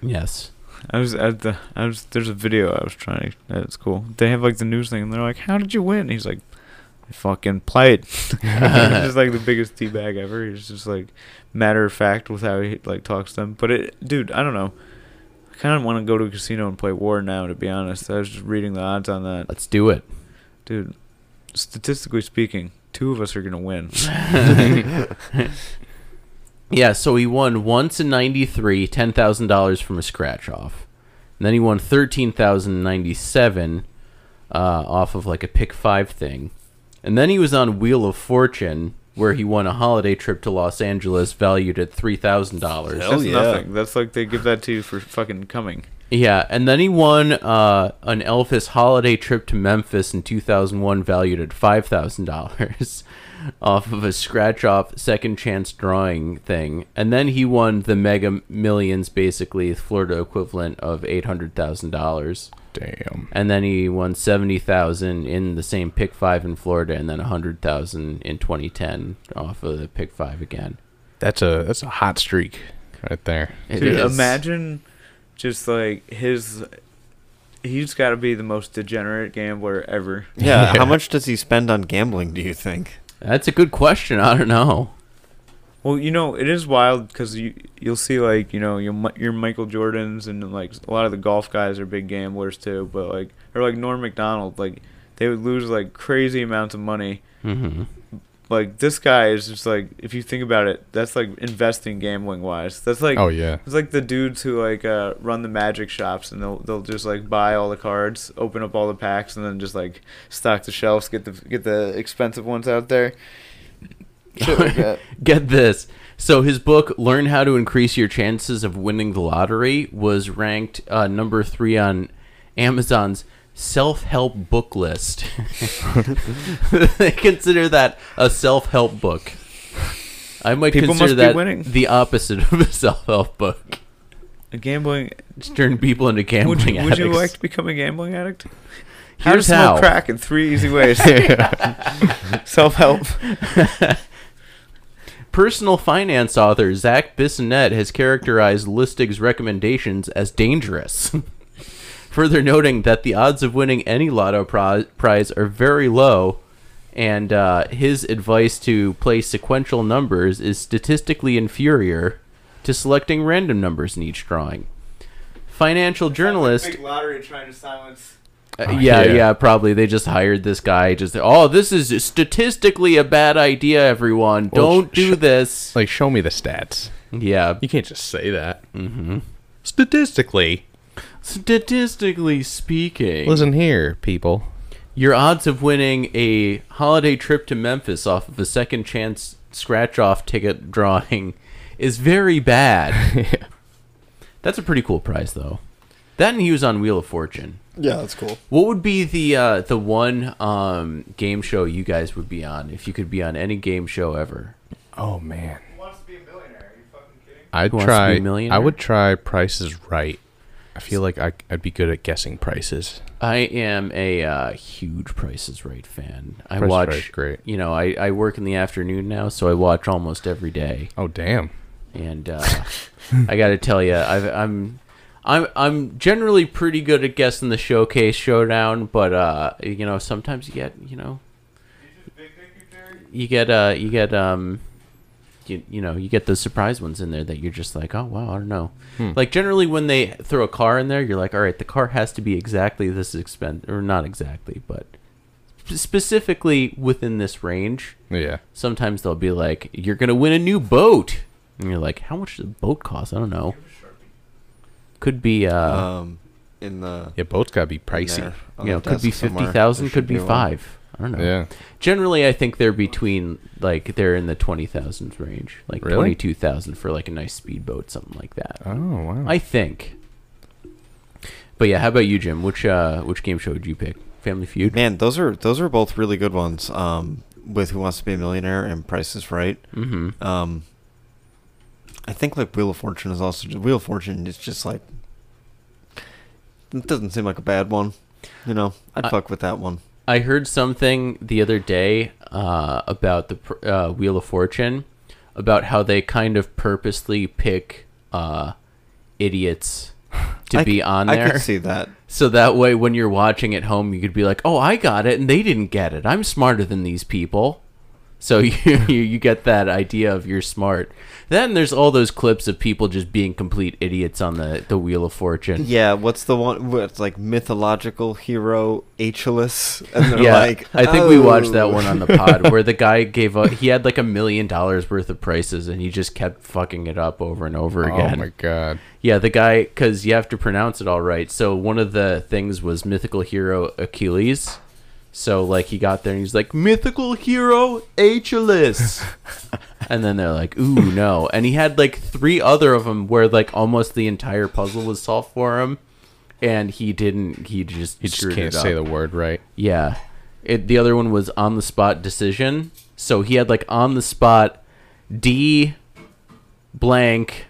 Yes. i was at the i was there's a video i was trying to that's cool they have like the news thing and they're like how did you win he's like i fucking played [LAUGHS] It's just like the biggest teabag ever. He's just like matter of fact with how he like talks to them. But it, dude, I don't know. I kind of want to go to a casino and play war now. To be honest, I was just reading the odds on that, Let's do it. dude. Statistically speaking, two of us are gonna [LAUGHS] win. Yeah, so he won once in 93, $10,000 from a scratch off. And then he won 13097 uh, off of like a pick five thing. And then he was on Wheel of Fortune, where he won a holiday trip to Los Angeles valued at $3,000. Hell That's yeah. nothing. That's like they give that to you for fucking coming. Yeah, and then he won uh, an Elvis holiday trip to Memphis in 2001 valued at $5,000 [LAUGHS] off of a scratch off second chance drawing thing. And then he won the Mega Millions, basically, the Florida equivalent of $800,000. Damn. And then he won 70000 in the same pick five in Florida and then 100000 in 2010 off of the pick five again. That's a that's a hot streak right there. It Dude, um, is- imagine just like his. He's got to be the most degenerate gambler ever. Yeah, [LAUGHS] how much does he spend on gambling? Do you think? That's a good question. I don't know. Well, you know, it is wild because you you'll see like you know your Mi- your Michael Jordans and like a lot of the golf guys are big gamblers too, but like or like Norm Macdonald, like they would lose like crazy amounts of money. hmm Like this guy is just like if you think about it, that's like investing gambling wise. That's like [LAUGHS] oh yeah. [LAUGHS] it's like the dudes who like uh, run the magic shops and they'll they'll just like buy all the cards, open up all the packs, and then just like stock the shelves, get the get the expensive ones [LAUGHS] out there. Shit like that. Get this. So his book, Learn How to Increase Your Chances of Winning the Lottery, was ranked uh, number three on Amazon's self-help book list. [LAUGHS] they consider that a self-help book. I might People consider must be that winning. the opposite of a [LAUGHS] self-help book. Gambling It's turned people into gambling would you, addicts. Would you like to become a gambling addict? How to Here's smoke how. crack in [LAUGHS] three easy ways. Self help. [LAUGHS] Personal finance author Zach Bissonette has characterized Lustig's recommendations as dangerous, [LAUGHS] further noting that the odds of winning any lotto pri- prize are very low and uh, his advice to play sequential numbers is statistically inferior to selecting random numbers in each drawing. Financial journalist lottery trying to silence. uh, yeah, Yeah. yeah, probably. They just hired this guy. Just oh, this is statistically a bad idea. Everyone, Well, don't sh- do this. Like, show me the stats. Yeah, You can't just say that. Mm-hmm. Statistically, statistically speaking, listen here, people. your odds of winning a holiday trip to Memphis off of a second chance scratch-off ticket drawing [LAUGHS] is very bad. That's a pretty cool prize, though. That and he was on Wheel of Fortune. Yeah, that's cool. What would be the uh, the one um, game show you guys would be on if you could be on any game show ever? Oh man, Who wants to be a millionaire? Are you fucking kidding? I'd Who Wants to Be a try. I Millionaire? would try prices right. I feel like I, I'd be good at guessing prices. I am a uh, huge Price is Right fan. I Price is watch Right's great. You know, I, I work in the afternoon now, so I watch almost every day. Oh damn. And uh, I got to tell you, I'm I'm I'm generally pretty good at guessing the showcase showdown, but uh, you know, sometimes you get you know you get uh you get um you, you know you get those surprise ones in there that you're just like oh wow I don't know Hmm. like generally when they throw a car in there you're like all right the car has to be exactly this expense or not exactly but sp- specifically within this range Yeah. sometimes they'll be like you're gonna win a new boat and you're like how much does a boat cost I don't know could be uh, Um, in the Yeah, boats gotta be in pricey. there, on you know the could be desk somewhere. fifty thousand There could should be one. five I don't know Yeah. generally i think they're between like they're in the 20000 range like Really? 22000 for like a nice speedboat something like that Oh wow. i think but yeah how about you jim which uh which game show would you pick family feud Man, those are those are both really good ones. Um, with Who Wants to Be a Millionaire and Price is Right. mm-hmm Um, I think like Wheel of Fortune is also Wheel of Fortune is just like it doesn't seem like a bad one. You know, I'd I- fuck with that one. I heard something the other day uh, about the pr- uh, Wheel of Fortune, about how they kind of purposely pick uh, idiots to I c- be on I there. could see that. So that way, when you're watching at home, you could be like, "Oh, I got it, and they didn't get it. I'm smarter than these people." So [LAUGHS] you you, you get that idea of you're smart. Then there's all those clips of people just being complete idiots on the the Wheel of Fortune. Yeah, what's the one? What's like mythological hero Aeschylus? And they're yeah, like, I think we watched "Oh." that one on the pod where [LAUGHS] the guy gave up. He had like a million dollars worth of prices, and he just kept fucking it up over and over oh again. my god. Yeah, the guy, because you have to pronounce it all right. So one of the things was mythical hero Achilles. So like he got there and he's like mythical hero [LAUGHS] Achilles, and then they're like, ooh no. And he had like three other of them where like almost the entire puzzle was solved for him, and he didn't. He just You just screwed can't it up. say the [LAUGHS] word right. Yeah. It, the other one was on the spot decision. So he had like on the spot D blank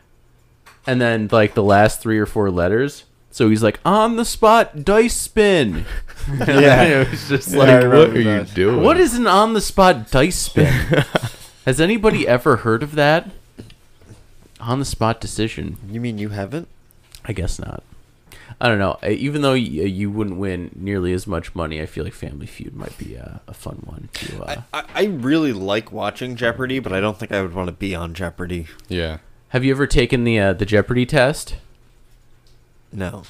and then like the last three or four letters. So he's like on the spot dice spin. [LAUGHS] Yeah. it was just Yeah, I like what remember are you that. doing? what is an on the spot dice spin? Has anybody ever heard of that? On the spot decision. You mean you haven't? I guess not. I don't know. Uh, Even though y- you wouldn't win nearly as much money, I feel like Family Feud might be uh, a fun one to. Uh... I, I, I really like watching Jeopardy, but I don't think I would want to be on Jeopardy. Yeah. Have you ever taken the uh, the Jeopardy test? No.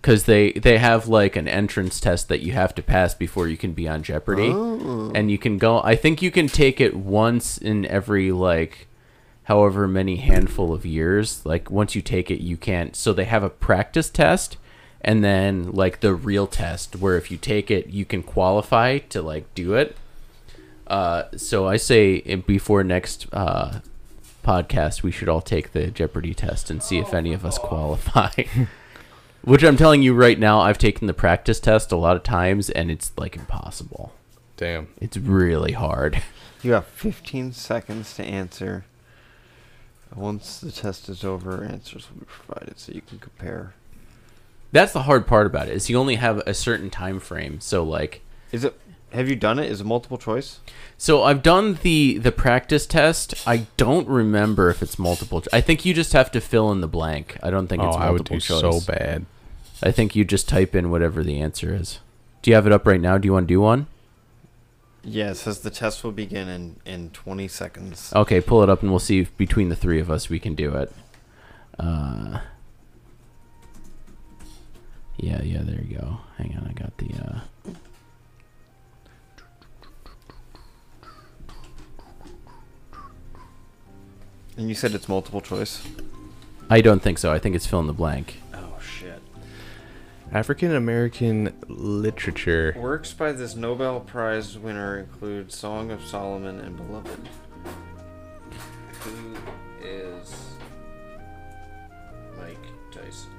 Because they they have like an entrance test that you have to pass before you can be on Jeopardy, and you can go. I think you can take it once in every like. However, many handful of years, like once you take it, you can't. So they have a practice test, and then like the real test, where if you take it, you can qualify to like do it. Uh, so I say eh, before next uh, podcast, we should all take the Jeopardy test and see if any of us qualify. [LAUGHS] Which I'm telling you right now, I've taken the practice test a lot of times, and it's like impossible. Damn. It's really hard. [LAUGHS] You have 15 seconds to answer. Once the test is over, answers will be provided so you can compare. That's the hard part about it is you only have a certain time frame. So like, Is it? Have you done it? Is it multiple choice? so I've done the the practice test. I don't remember if it's multiple. cho- I think you just have to fill in the blank. I don't think Oh, it's multiple I would do choice. so bad. I think you just type in whatever the answer is. Do you have it up right now? Do you want to do one? Yeah, it says the test will begin in, in 20 seconds. Okay, pull it up and we'll see if between the three of us we can do it. Uh, yeah, yeah, there you go. Hang on, I got the. Uh, And you said it's multiple choice? I don't think so. I think it's fill in the blank. Oh, shit. African American literature. Works by this Nobel Prize winner include Song of Solomon and Beloved. Who is Mike Tyson?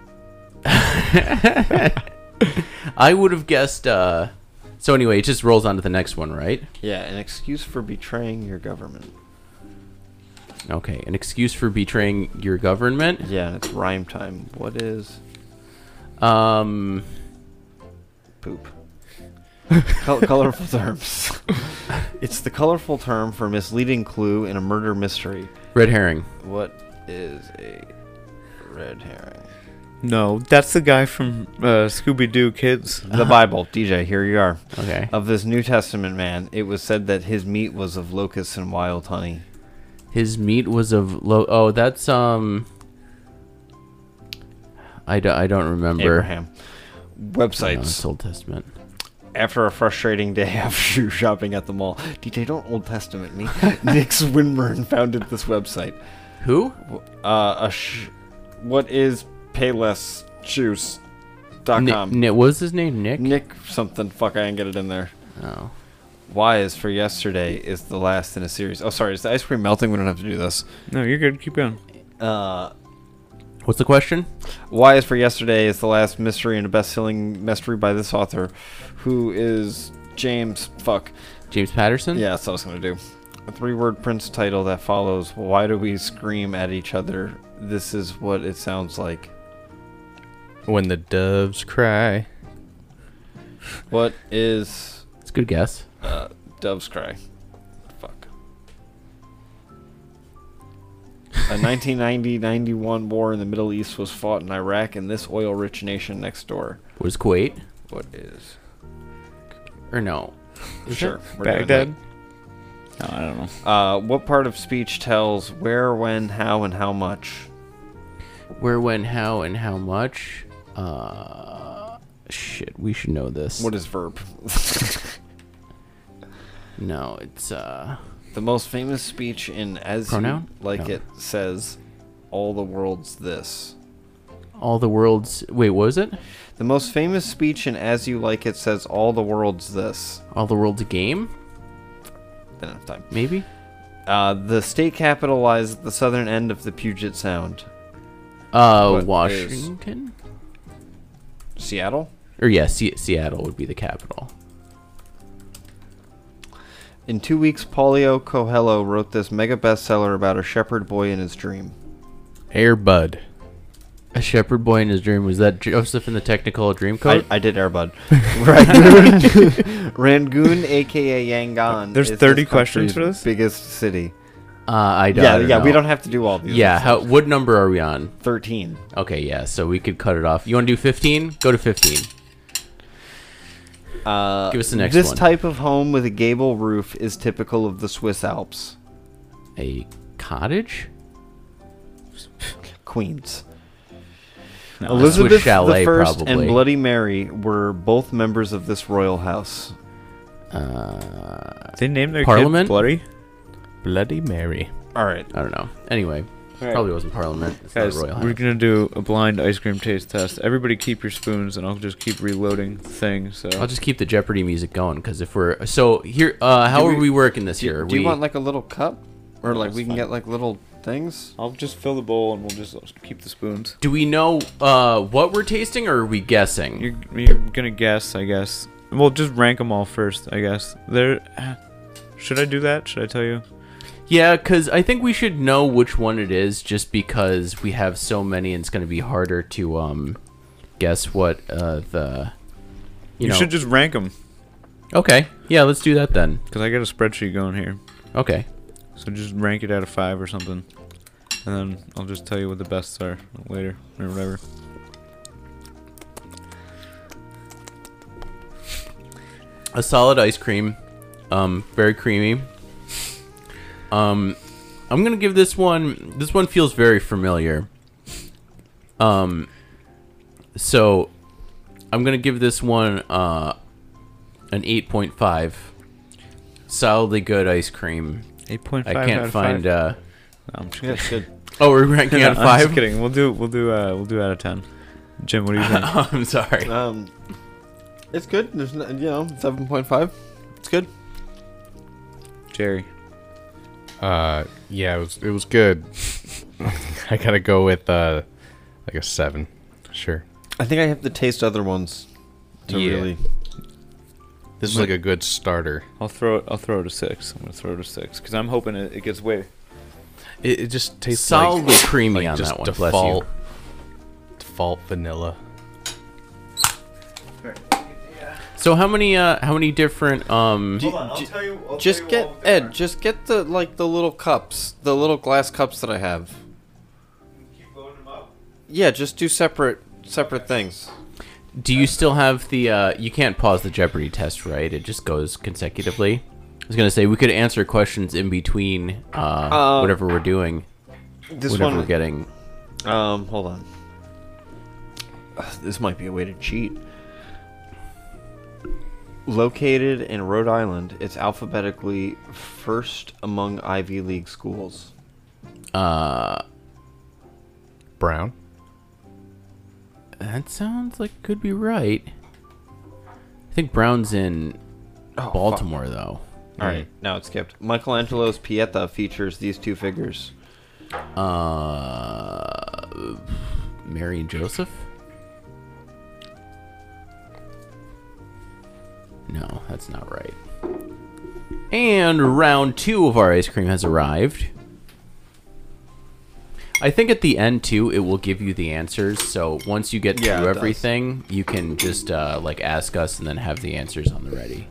I would have guessed. Uh, so anyway, it just rolls on to the next one, right? Yeah, an excuse for betraying your government. Okay, an excuse for betraying your government. Yeah, it's rhyme time. What is Um, poop? Col- colorful [LAUGHS] terms. it's the colorful term for misleading clue in a murder mystery. red herring. What is a red herring? No, that's the guy from uh, Scooby Doo Kids. The Bible, DJ. Here you are. Okay, Of this New Testament man, it was said that his meat was of locusts and wild honey. his meat was of low. Oh, that's um. I, do, I don't remember. Abraham. No, Websites. it's Old Testament. After a frustrating day [LAUGHS] of shoe shopping at the mall, DJ, don't Old Testament me. [LAUGHS] Nick Swinburne founded this website. Who? Uh, a sh- what is paylessshoes.com? Nick, Nick, what was his name? Nick. Nick something. Fuck, I didn't get it in there. Oh. Why is for yesterday is the last in a series. Oh, sorry. Is the ice cream melting? We don't have to do this. No, you're good. Keep going. Uh, What's the question? Why is for Yesterday is the last mystery and a best-selling mystery by this author, who is James Fuck. James Patterson. Yeah, that's what I was gonna do. A three-word Prince title that follows. Why do we scream at each other? This is what it sounds like. When the doves cry. What is it's a good guess. uh, Dove's Cry? Fuck. A 1990-91 war in the Middle East was fought in Iraq and this oil-rich nation next door. Was Kuwait What is? or no? sure. we're doing that. Baghdad. No, Oh, I don't know. Uh, what part of speech tells where, when, how, and how much? Where, when, how, and how much? Uh, shit, we should know this. What [LAUGHS] is verb? No, it's uh. the most famous speech in as You Pronoun? like No. it says, all the world's this. All the world's wait, what was it? The most famous speech in as you like it says, all the world's this. All the world's game, Didn't have time. maybe. Uh, the state capital lies at the southern end of the Puget Sound. Uh, What is- Washington Seattle. or yeah, Se- Seattle would be the capital. In two weeks, Paulo Coelho wrote this mega bestseller about a shepherd boy in his dream. Airbud. A shepherd boy in his dream was that Joseph in the Technicolor I, Dreamcoat? I did Airbud. Rangoon, Rangoon, aka Yangon. There's is 30 this questions country's for this? Biggest city. uh, I don't, yeah, I don't yeah. We know. don't have to do all these. Yeah, how, what number are we on? Thirteen. Okay, yeah, so we could cut it off. You want to do fifteen? Go to fifteen. Uh, Give us the next This one. type of home with a gable roof is typical of the Swiss Alps, A cottage? Queens. No, Swiss Elizabeth chalet, the First probably. and Bloody Mary were both members of this royal house. Uh, They named their Parliament? kid Bloody. Bloody Mary. All right. I don't know. Anyway, All right. probably wasn't Parliament. It's Guys, not Royal we're House. gonna do a blind ice cream taste test. Everybody keep your spoons, and I'll just keep reloading the thing. So I'll just keep the Jeopardy music going because if we're so here, uh, how Do are we- we working this year? Do you We- want like a little cup, or like That's we can fine. get like little things? I'll just fill the bowl, and we'll just keep the spoons. Do we know uh, what we're tasting, or are we guessing? You're, you're gonna guess, I guess. Well, just rank them all first, I guess. There. [SIGHS] Should I do that? Should I tell you? yeah, because I think we should know which one it is, just because we have so many, and it's going to be harder to um, guess what uh, the. You, You, know. should just rank them, okay. Yeah, let's do that then. cause I got a spreadsheet going here. Okay. So just rank it out of five or something, and then I'll just tell you what the bests are later or whatever. A solid ice cream um, very creamy. Um, I'm gonna give this one. This one feels very familiar. Um, so I'm gonna give this one uh, an 8.5. Solidly good ice cream. Eight point I five. can't find. Five. Uh, No, I'm just kidding. Yeah, it's good. oh, we're ranking out of [LAUGHS] No, I'm just five. kidding. We'll do. We'll do. Uh, we'll do out of ten. Jim, what do you [LAUGHS] think? I'm sorry. Um, it's good. There's no, you know seven point five. It's good. Jerry. Uh, yeah, it was it was good. [LAUGHS] I gotta go with uh, like a seven. Sure, I think I have to taste other ones to Yeah. really. this is like a good starter. I'll throw it. I'll throw it a six. I'm gonna throw it a six because I'm hoping it, it gets way. It, it just tastes Solidly like, creamy like on just that one. Bless Default, default vanilla. you. So how many? Uh, how many different? Um, Ju- just get Ed. Just get the like the little cups, the little glass cups that I have. Yeah, just do separate separate things. do you still have the? Uh, you can't pause the Jeopardy test, right? It just goes consecutively. I was gonna say we could answer questions in between uh, Uh, whatever we're doing, This whatever one. we're getting. Um, hold on. Ugh, This might be a way to cheat. Located in Rhode Island, it's alphabetically first among Ivy League schools. Uh, Brown. that sounds like could be right. I think Brown's in Oh, Baltimore though. All right, now it's skipped. Michelangelo's Pieta features these two figures. Uh, Mary and Joseph? No, that's not right. And round two of our ice cream has arrived. I think at the end too, it will give you the answers. So once you get Yeah, it through does. everything, you can just uh, like ask us and then have the answers on the ready.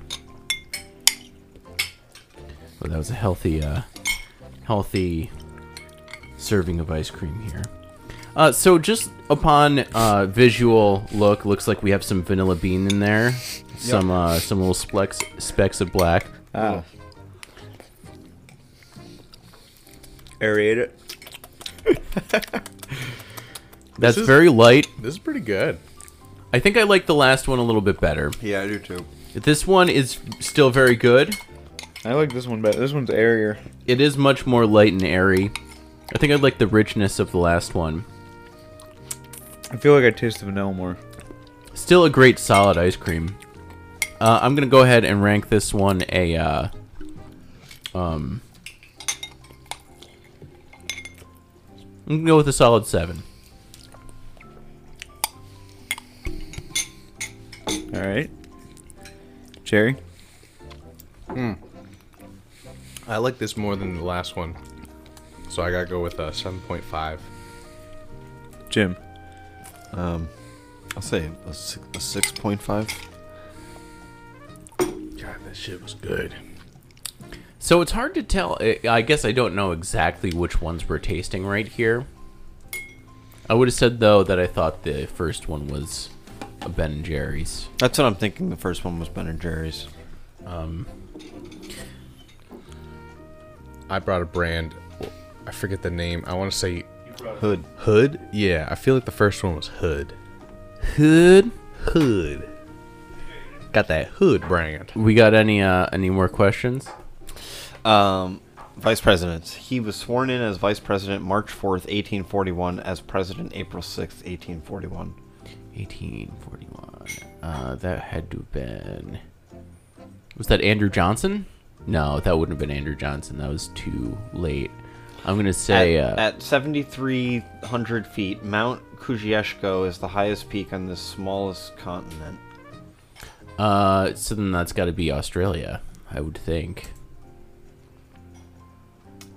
Well, that was a healthy, uh, healthy serving of ice cream here. Uh, so just upon uh, visual look, looks like we have some vanilla bean in there, some uh, some little splecks specks of black. Ah. Aerate it. That's is- very light. This is pretty good. I think I like the last one a little bit better. Yeah, I do too. This one is still very good. I like this one better. This one's airier. It is much more light and airy. I think I like the richness of the last one. I feel like I taste the vanilla more. Still a great solid ice cream. Uh, I'm gonna go ahead and rank this one a uh, um. I'm gonna go with a solid seven. All right. Jerry. I like this more than the last one, so I gotta go with a seven point five. Jim. Um, I'll say a, six, a 6.5. God, that shit was good. So it's hard to tell. I I guess I don't know exactly which ones we're tasting right here. I would have said though that I thought the first one was a Ben and Jerry's. That's what I'm thinking. The first one was Ben and Jerry's. Um, I brought a brand. I forget the name. I want to say Hood. Hood. Yeah, I feel like the first one was Hood. hood. Hood. Got that Hood brand. We got any uh, any more questions? Um, vice presidents. He was sworn in as vice president March 4th, 1841, as president April 6th, 1841. 1841. Uh, that had to have been. Was that Andrew Johnson? No, that wouldn't have been Andrew Johnson. That was too late. I'm going to say. at, uh, at 7,300 feet, Mount Kosciuszko is the highest peak on the smallest continent. uh, so then that's got to be Australia, I would think.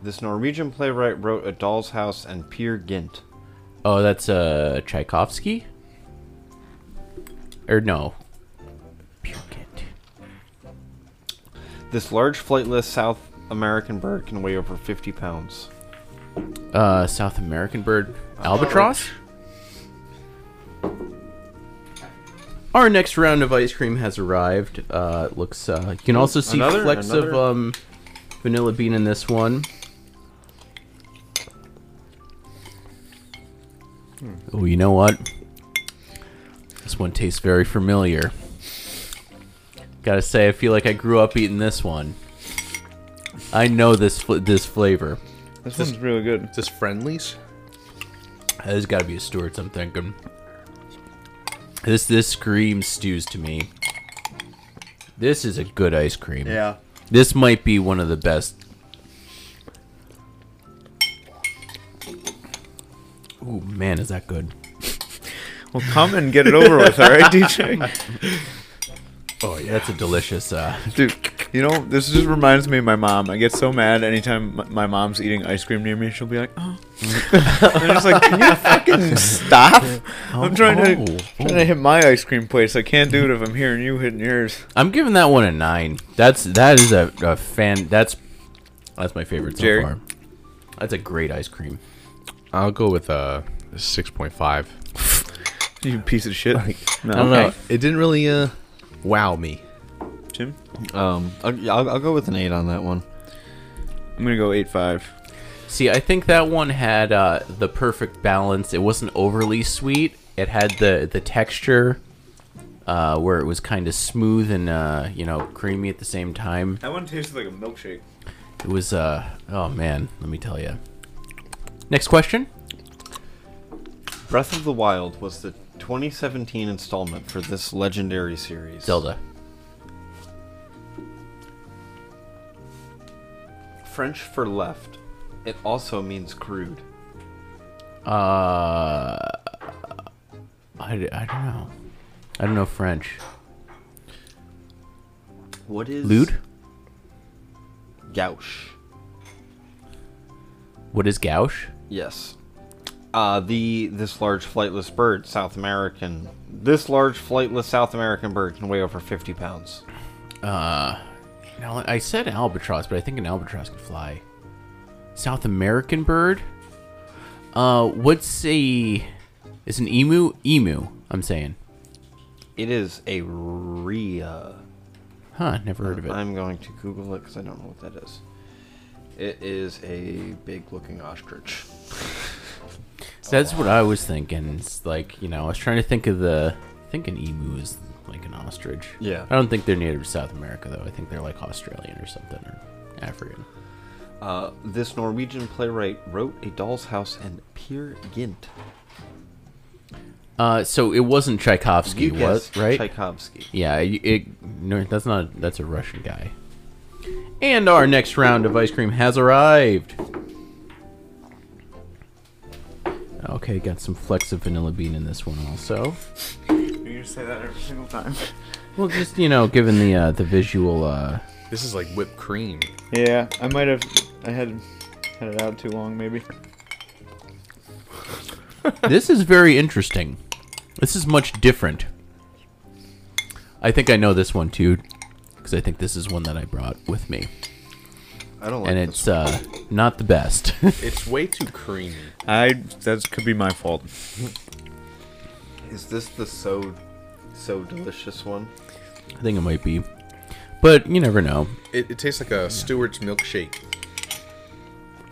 This Norwegian playwright wrote A Doll's House and Peer Gynt. Oh, that's uh, Tchaikovsky? Or no. Puget. This large flightless South American bird can weigh over 50 pounds. Uh, South American bird. Albatross? our next round of ice cream has arrived. Uh, it looks. Uh, you can also see Another- flecks of another- um, vanilla bean in this one. Hmm. Oh, you know what? This one tastes very familiar. Gotta say, I feel like I grew up eating this one. I know this fl- this flavor. This one's really good. Is this friendlies? There's got to be a Stewart's. I'm thinking. This this screams stews to me. This is a good ice cream. Yeah. This might be one of the best. Ooh man, is that good? Well, come and get it over with, all [LAUGHS] right, DJ? Oh yeah, that's a delicious. Uh, Dude, you know, this just reminds me of my mom. I get so mad anytime m- my mom's eating ice cream near me. She'll be like, oh. [LAUGHS] I'm just like, can you fucking stop? I'm trying to, oh, trying to hit my ice cream place. I can't do it if I'm hearing you hitting yours. I'm giving that one a nine. That's that is a, a fan. That's that's my favorite so Jerry? far. That's a great ice cream. I'll go with uh, six point five. You piece of shit. no. I don't know. It didn't really uh, wow me. Jim? Um, I'll, I'll, I'll go with an eight on that one. I'm going to go 8 5. See, I think that one had uh, the perfect balance. It wasn't overly sweet. It had the the texture uh, where it was kind of smooth and uh, you know creamy at the same time. That one tasted like a milkshake. It was uh oh man, let me tell you. Next question. Breath of the Wild was the 2017 installment for this legendary series. Zelda. French for left. It also means crude. Uh, I, d- I don't know. I don't know French. What is Lewd. Gouche. What is gouche? Yes. Uh, the this large flightless bird, South American. This large flightless South American bird can weigh over 50 pounds. No, I said albatross, but I think an albatross can fly. South American bird. Uh, what's a? It's an emu. Emu. I'm saying. It is a rhea. Huh? Never heard of it. I'm going to Google it because I don't know what that is. It is a big-looking ostrich. That's what I was thinking. It's like you know, I was trying to think of the. I think an emu is like an ostrich. Yeah. I don't think they're native to South America though. I think they're like Australian or something or African. Uh, this Norwegian playwright wrote A Doll's House and Peer Gynt. Uh, so it wasn't Tchaikovsky, You was guessed right? Tchaikovsky. Yeah, it, it no, that's not that's a Russian guy. And our next round of ice cream has arrived. Okay, got some flecks of vanilla bean in this one also. You just say that every single time. Well, just you know, given the uh, the visual, uh, [LAUGHS] This is like whipped cream. Yeah, I might have. I had had it out too long, maybe. this is very interesting. This is much different. I think I know this one too, because I think this is one that I brought with me, I don't like and this it's uh, not the best. [LAUGHS] It's way too creamy. I that could be my fault. Is this the so so delicious one? I think it might be, but you never know. It, it tastes like a Stewart's milkshake.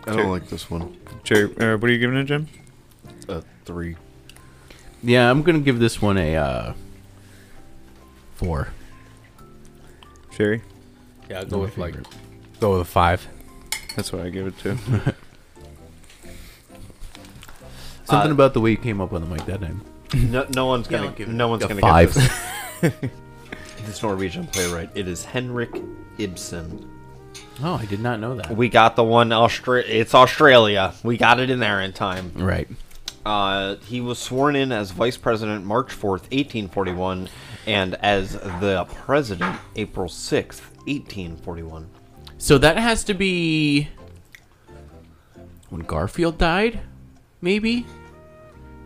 I don't like this one. Jerry, uh, what are you giving it, Jim? A three. Yeah, I'm gonna give this one a uh, four. Jerry, Yeah, I'll go with like go with a five. that's what I give it to. Something Uh, about the way you came up on the mic that time. No, no one's Yeah, gonna. I'll give it no one's a gonna five. get this. This Norwegian playwright. It is Henrik Ibsen. [LAUGHS] oh, I did not know that. We got the one. Austra- it's Australia. We got it in there in time. right. Uh, he was sworn in as vice president March 4th, 1841, and as the president April 6th, 1841. So that has to be when Garfield died, maybe.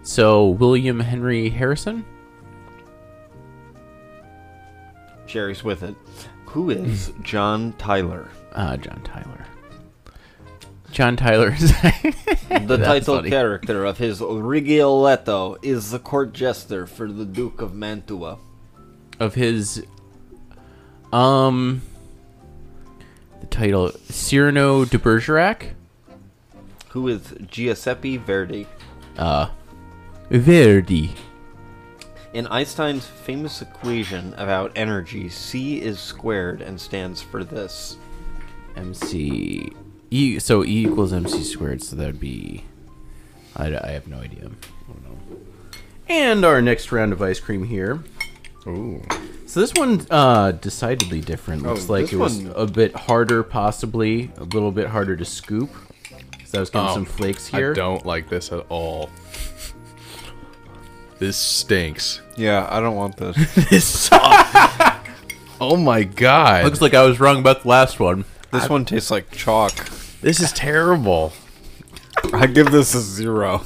So William Henry Harrison. Jerry's with it. Who is John [LAUGHS] Tyler? Uh, John Tyler. John Tyler is. [LAUGHS] The That's title funny. character of his Rigoletto is the court jester for the Duke of Mantua. of his um the title Cyrano de Bergerac. Who is Giuseppe Verdi? Uh Verdi. In Einstein's famous equation about energy, C is squared and stands for this. MC E so E equals MC squared, so that'd be I, I have no idea. I don't know. And our next round of ice cream here. Ooh. So this one uh, decidedly different. Oh, Looks like this it was one- a bit harder, possibly a little bit harder to scoop. So I was getting Oh, some flakes here. I don't like this at all. This stinks. Yeah, I don't want this. This sucks. oh my god. Looks like I was wrong about the last one. This one tastes like chalk. this is terrible. [LAUGHS] I give this a zero.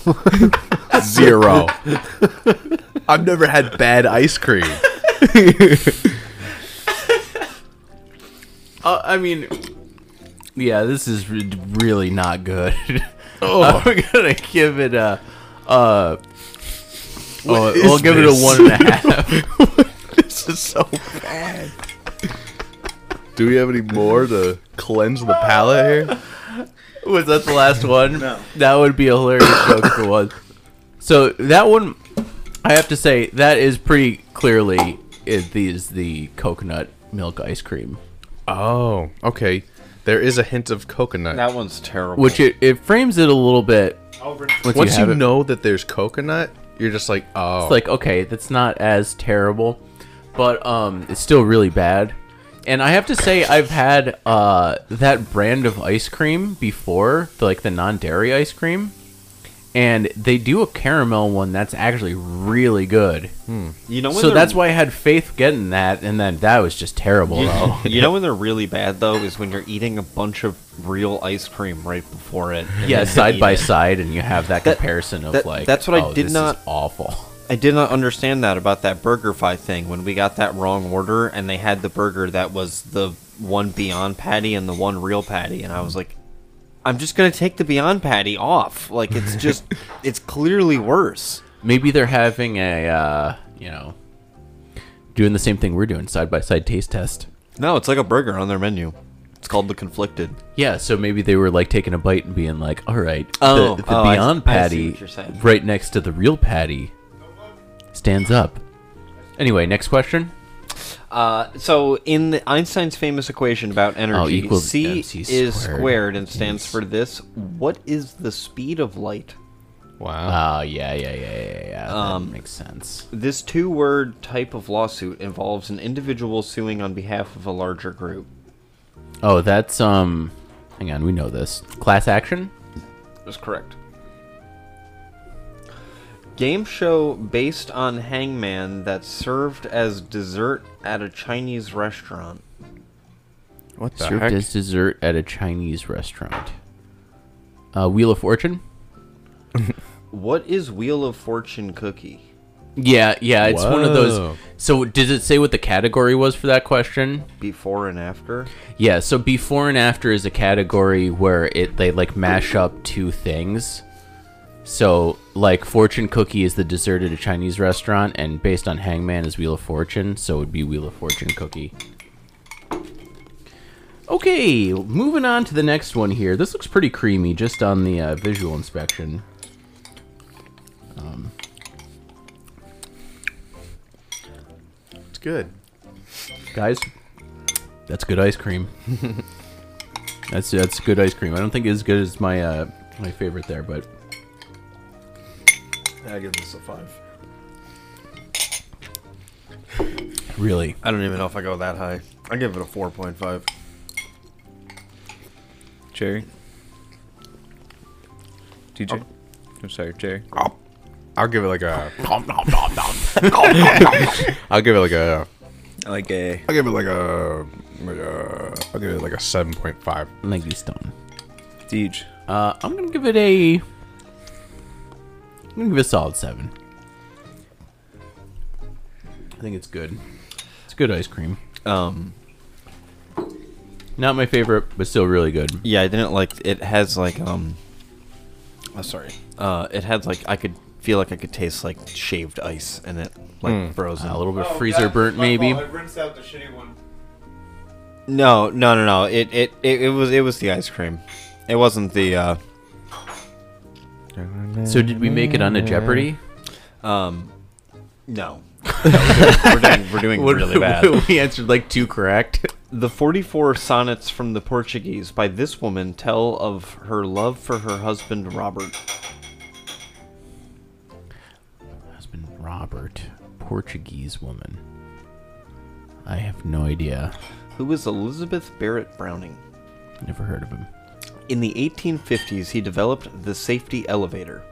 Zero. I've never had bad ice cream. Uh, I mean, yeah, this is re- really not good. [LAUGHS] Oh. I'm gonna give it a. Uh, oh, we'll give it a one and [LAUGHS] a half. this is so bad. Do we have any more to cleanse the palate here? [LAUGHS] Was that the last one? No. That would be a [COUGHS] hilarious joke if it was. So that one, I have to say, that is pretty clearly it is the coconut milk ice cream, Oh, okay. There is a hint of coconut. that one's terrible. which it, it frames it a little bit. Once, Once you, have it. know that there's coconut, you're just like, oh, it's like okay that's not as terrible but um it's still really bad and i have to say i've had uh that brand of ice cream before the, like the non-dairy ice cream and they do a caramel one that's actually really good you know when so they're- [LAUGHS] that's why i had faith getting that and then that was just terrible You, [LAUGHS] though you know when they're really bad though is when you're eating a bunch of real ice cream right before it. and yeah then side eat by it. side and you have that That- comparison of that- like that's what I oh, did this is not- awful I did not understand that about that BurgerFi thing when we got that wrong order and they had the burger that was the one Beyond patty and the one real patty and I was like, I'm just gonna take the Beyond patty off. Like it's [LAUGHS] just, it's clearly worse. maybe they're having a uh, you know doing the same thing we're doing side by side taste test No, it's like a burger on their menu. It's called the conflicted. yeah so maybe they were like taking a bite and being like all right the- Oh, the, oh, I- beyond I see patty what you're saying. right next to the real patty stands up anyway next question Uh, so in the Einstein's famous equation about energy, equals c Oh, MC squared. is squared and stands Yes. for this. What is the speed of light? wow. oh yeah yeah yeah yeah yeah that makes sense This two-word type of lawsuit involves an individual suing on behalf of a larger group. oh that's um hang on we know this class action That's correct. Game show based on Hangman that served as dessert at a Chinese restaurant. what the served heck? as dessert at a chinese restaurant uh, wheel of fortune What is Wheel of Fortune cookie? Yeah, yeah, it's one of Whoa. those. So, does it say what the category was for that question? Before and after? Yeah, so before and after is a category where it they like mash up two things. So, like fortune cookie is the dessert at a Chinese restaurant, and based on Hangman is Wheel of Fortune, so it would be Wheel of Fortune cookie. Okay, moving on to the next one here. This looks pretty creamy just on the uh, visual inspection. Um, It's good. guys. That's good ice cream. that's that's good ice cream. I don't think it's as good as my uh, my favorite there, but I give this a five. really, I don't even know if I go that high. I give it a 4.5. Jerry. DJ. I'm sorry, Jerry. I'll give it like a. I'll give it like a. Like a. I'll give it like a. Like a I'll give it like a seven point five. Nike Stone. Deej. Uh, I'm gonna give it a. I'm gonna give it a solid seven. I think it's good. It's good ice cream. Um, Not my favorite, but still really good. yeah, I didn't like. It has like um. Oh, sorry. Uh, it had like I could feel like I could taste like shaved ice in it, like frozen. a little bit Oh, of freezer burnt, maybe. rinsed out the shitty one. No, no, no, no. It, it it it was it was the ice cream. It wasn't the uh So did we make it onto Jeopardy? um no. No, [LAUGHS] we're doing, we're [LAUGHS] doing What- really bad. we answered like two correct. The 44 sonnets from the Portuguese by this woman tell of her love for her husband Robert. Husband Robert, Portuguese woman. I have no idea. who was Elizabeth Barrett Browning. Never heard of him. In the 1850s, he developed the safety elevator.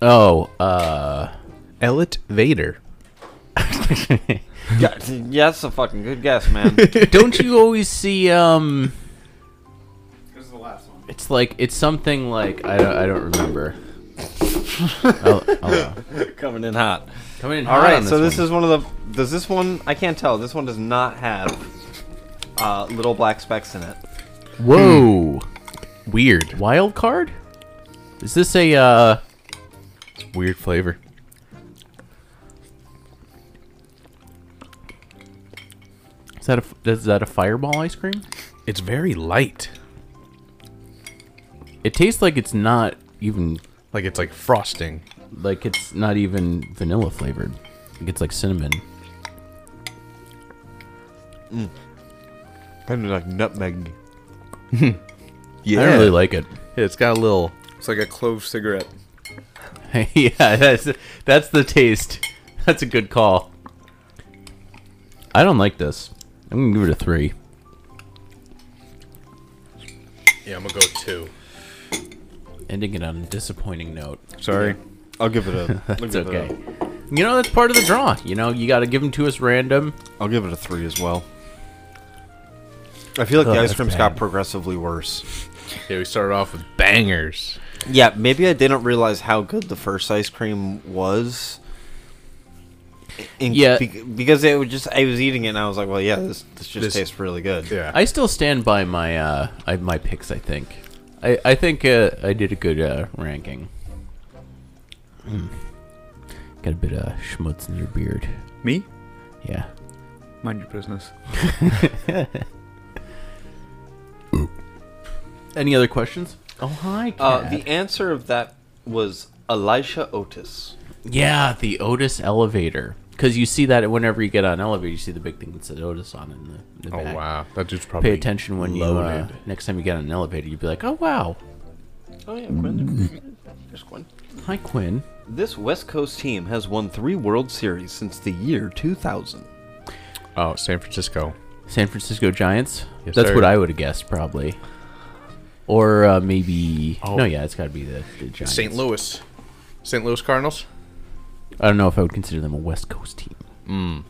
Oh, uh, Ellet Vader. [LAUGHS] yeah, yeah, that's a fucking good guess, [LAUGHS] man. [LAUGHS] don't you always see um? This is the last one. It's like it's something like I don't, I don't remember. I'll, I'll, Coming in hot. coming in All hot right, on so this one. is one of the. Does this one? I can't tell. This one does not have uh, little black specks in it. whoa Hmm. Weird. wild card. Is this a uh? Weird flavor. Is that a is that a fireball ice cream? It's very light. It tastes like it's not even Like it's like frosting. like it's not even vanilla flavored. Like it's like cinnamon. Kind of [LAUGHS] like nutmeg. Yeah. I don't really like it. It's got a little. It's like a clove cigarette. [LAUGHS] yeah, that's that's the taste. That's a good call. I don't like this. I'm gonna give it a three. Yeah, I'm gonna go two. Ending it on a disappointing note. Sorry. I'll give it a. [LAUGHS] that's It's okay. You know that's part of the draw. You know you got to give them to us random. I'll give it a three as well. I feel like Ugh, the ice that's cream's bad. got progressively worse. Yeah, we started off with bangers. Yeah, maybe I didn't realize how good the first ice cream was. In, Yeah. bec- because it was just I was eating it and I was like, well, yeah, this this just This- tastes really good. Yeah. I still stand by my uh I, my picks. I think. I I think uh, I did a good uh, ranking. Mm. Got a bit of schmutz in your beard. Me? Yeah. Mind your business. Any other questions? Oh hi. Uh, Kat. the answer of that was Elisha Otis. yeah, the Otis elevator. Because you see that whenever you get on an elevator, you see the big thing that says Otis on it in the, in the Oh back. wow, that dude's probably Pay attention when you uh, loaded. next time you get on an elevator, you'd be like, oh wow, Oh yeah, Quinn. There's Quinn. hi Quinn. This West Coast team has won three World Series since the year 2000. Oh, San Francisco. San Francisco Giants. Yes, That's sir. what I would have guessed, probably. Or uh, maybe Oh. no, yeah, it's got to be the, the Giants. St. Louis. St. Louis Cardinals. I don't know if I would consider them a West Coast team.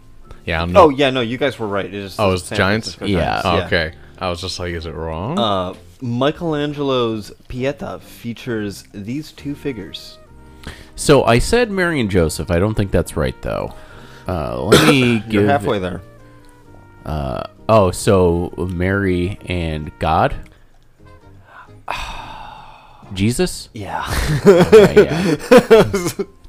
Yeah, I'm Oh yeah, no, you guys were right. It is Oh, it's San Giants? Francisco Yeah. Oh, okay. I was just like, is it wrong? Uh, Michelangelo's Pieta features these two figures. So I said Mary and Joseph. I don't think that's right though. Uh, let [COUGHS] me give. You're halfway there. Oh, so Mary and God. Jesus. [LAUGHS] Yeah. Okay, [LAUGHS] yeah.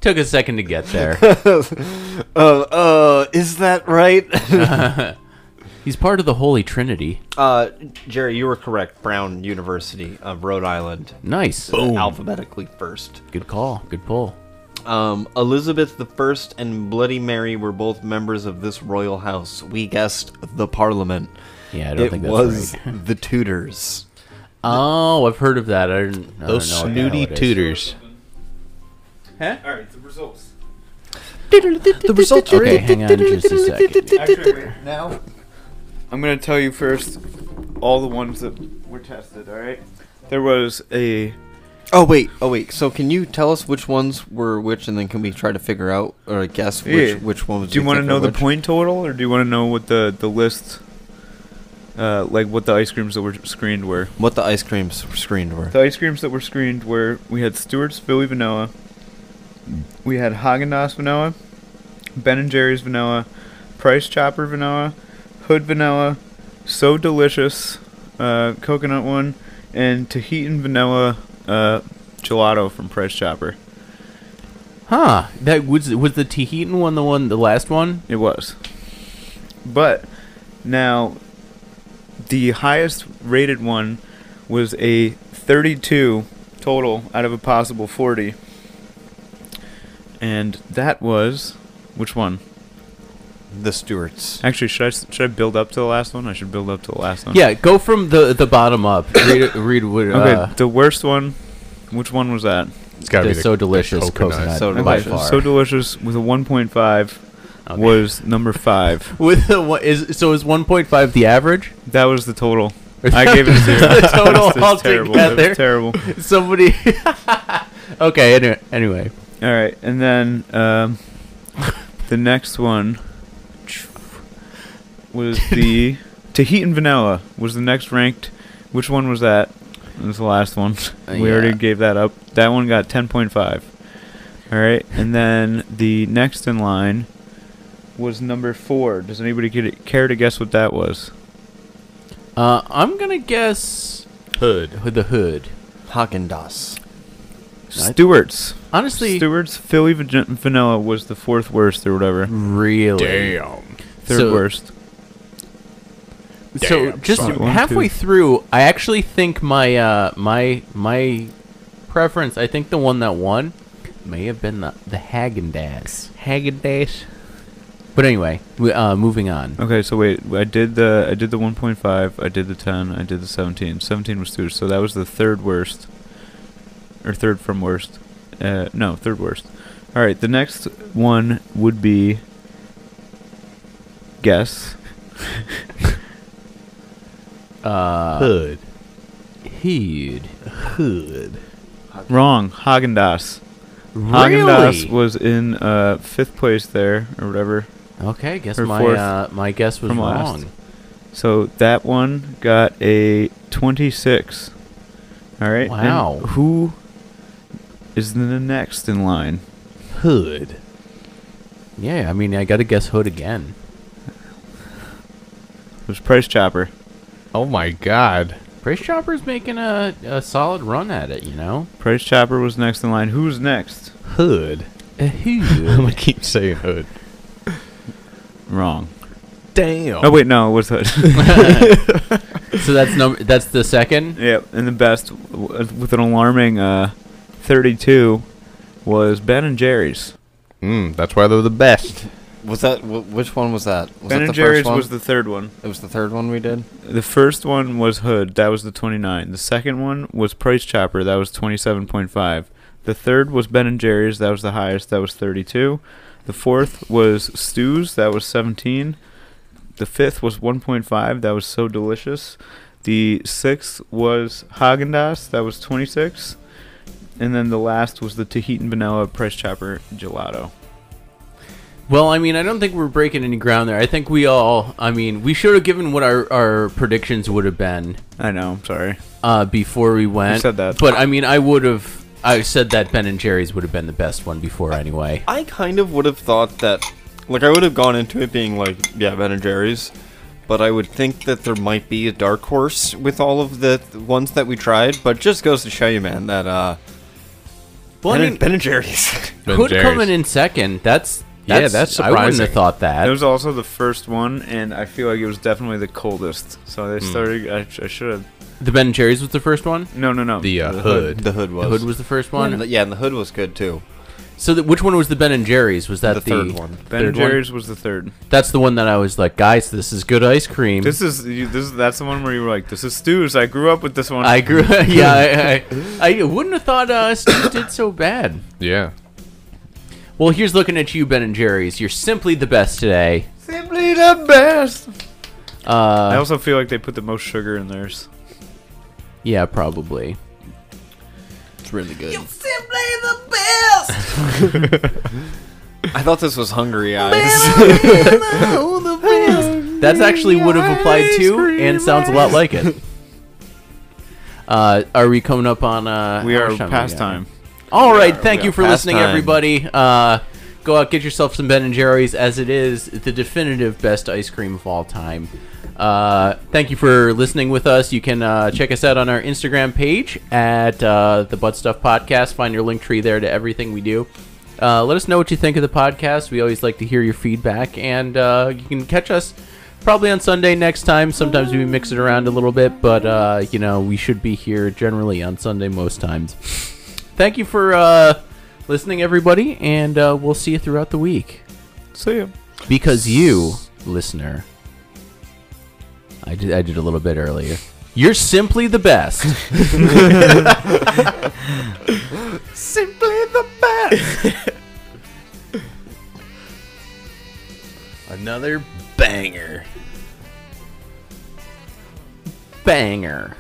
Took a second to get there. uh, uh, is that right? [LAUGHS] He's part of the Holy Trinity. uh, Jerry, you were correct. Brown University of Rhode Island. uh, Nice. Alphabetically first. Good call. Good pull. Um, Elizabeth I and Bloody Mary were both members of this royal house. We guessed the Parliament. Yeah, I don't It think that's was right. [LAUGHS] the Tudors. Oh, I've heard of that. I didn't. I Those don't know what the hell snooty it is. tutors. All right, the results. The results are okay. Hang on just a second. Actually, wait, now I'm gonna tell you first all the ones that were tested. All right. There was a Oh wait, oh wait. So can you tell us which ones were which, and then can we try to figure out or guess which Yeah. which one was? Do you we want to think know are the which? point total, or do you want to know what the the list, uh, like what the ice creams that were screened were? What the ice creams screened were? The ice creams that were screened were we had Stewart's Philly Vanilla, we had Haagen Dazs Vanilla, Ben and Jerry's Vanilla, Price Chopper Vanilla, Hood Vanilla, So Delicious, uh, Coconut One, and Tahitian Vanilla uh, Gelato from Price Chopper. Huh? That was was the Tehetan one, the one, the last one. It was. But now, the highest rated one was a 32 total out of a possible 40. And that was. Which one? The Stuarts. Actually, should I, s- should I build up to the last one? I should build up to the last one. Yeah, go from the the bottom up. Read read what. Okay, Uh, the worst one. Which one was that? It's gotta They're be the, so the delicious, coconut. coconut. So Okay, by so far. So delicious with a 1.5 Okay. was [LAUGHS] number five. With the what is so is one point five the average? That was [LAUGHS] the total. I gave it a zero. The total It's just terrible. It was altogether. terrible. Somebody. [LAUGHS] okay. Anyway, anyway. All right, and then um, the next one [LAUGHS] was the Tahitian vanilla was the next ranked. Which one was that? It was the last one. Uh, we already yeah. gave that up. That one got ten point five. All right, and then the next in line was number four. Does anybody get it, care to guess what that was? Uh, I'm gonna guess Hood. the hood. Hagen Dazs. I- Stewart's. Honestly, Stewart's Philly van- vanilla was the fourth worst or whatever. really. Damn. Third So- worst. so Damn, just son. One, halfway two. through, I actually think my uh, my my preference. I think the one that won may have been the the Haagen Dazs. Haagen Dazs. But anyway, we, uh, moving on. Okay, so wait, I did the I did the 1.5, I did the 10, I did the 17. 17 was two, so that was the third worst, or third from worst. Uh, no, third worst. All right, the next one would be guess Uh, Hood. Hood. Hood. wrong. Haagen Dazs. Haagen Dazs Really? was in uh, fifth place there or whatever. Okay, I guess or my fourth uh, my guess was from last. wrong. So that one got a 26. All right. and Wow. who is the next in line? Hood. Yeah, I mean, I got to guess Hood again. It was Price Chopper. Oh my god. Price Chopper's making a, a solid run at it, you know. Price Chopper was next in line. Who's next? Hood. [LAUGHS] [LAUGHS] Uh, I'm Hood. gonna keep saying hood. Wrong. Damn. Oh wait, no, it was [LAUGHS] Hood. so that's number. That's the second. yep, and the best w- with an alarming uh, 32 was Ben and Jerry's. Mm, that's why they're the best. Was that wh- which one was that? Was ben that and the Jerry's first one? was the third one. It was the third one we did. The first one was Hood. That was the 29. The second one was Price Chopper. That was 27.5. The third was Ben and Jerry's. That was the highest. That was 32. The fourth was Stews. That was 17. The fifth was 1.5. That was so delicious. The sixth was Haagen Dazs. That was 26. And then the last was the Tahitian Vanilla Price Chopper Gelato. Well, I mean, I don't think we're breaking any ground there. I think we all. I mean, we should have given what our our predictions would have been I know. I'm sorry. uh, before we went. said that. but I mean, I would have. I said that Ben and Jerry's would have been the best one before anyway. I kind of would have thought that, like, I would have gone into it being like, yeah, Ben and Jerry's, but I would think that there might be a dark horse with all of the th- ones that we tried. But just goes to show you, man, that uh, Well, I ben, mean, and, ben and Jerry's. Ben Hood Jerry's. coming in second. That's, Yeah, that's that's I wouldn't have surprising. thought It that. was also the first one, and I feel like it was definitely the coldest. So they started. I, sh- I should have. The Ben and Jerry's was the first one. No, no, no. The, [LAUGHS] uh, hood. the hood was. Hood was the first one. And the- yeah, and the hood was good too. So th- which one was the Ben and Jerry's? Was that the, The third one. Ben and third one? Jerry's was the third. That's the one that I was like, guys, this is good ice cream. This is you, this. is- That's the one where you were like, "This is Stu's. I grew up with this one." I grew. [LAUGHS] [LAUGHS] yeah, I, I, I wouldn't have thought uh, Steve did so bad. Yeah. Well, here's looking at you, Ben and Jerry's. You're simply the best today. simply the best. I Uh, also feel like they put the most sugar in theirs. yeah, probably. It's really good. You're simply the best. [LAUGHS] I thought this was Hungry Eyes. [LAUGHS] That's actually would have applied to, and sounds a lot like it. Uh, are we coming up on? Uh, We how are much time past got? time. All We right, are- thank we you are for past listening, time. everybody. Uh, go out, get yourself some Ben and Jerry's, as it is the definitive best ice cream of all time. Uh, thank you for listening with us. You can uh, check us out on our Instagram page at uh, the Butt Stuff Podcast. Find your link tree there to everything we do. Uh, let us know what you think of the podcast. We always like to hear your feedback, and uh, you can catch us probably on Sunday next time. Sometimes we mix it around a little bit, but uh, you know we should be here generally on Sunday most times. Thank you for uh, listening, everybody, and uh, we'll see you throughout the week See ya. because you, listener, I did I did a little bit earlier. You're simply the best. Simply the best. Another banger. Banger.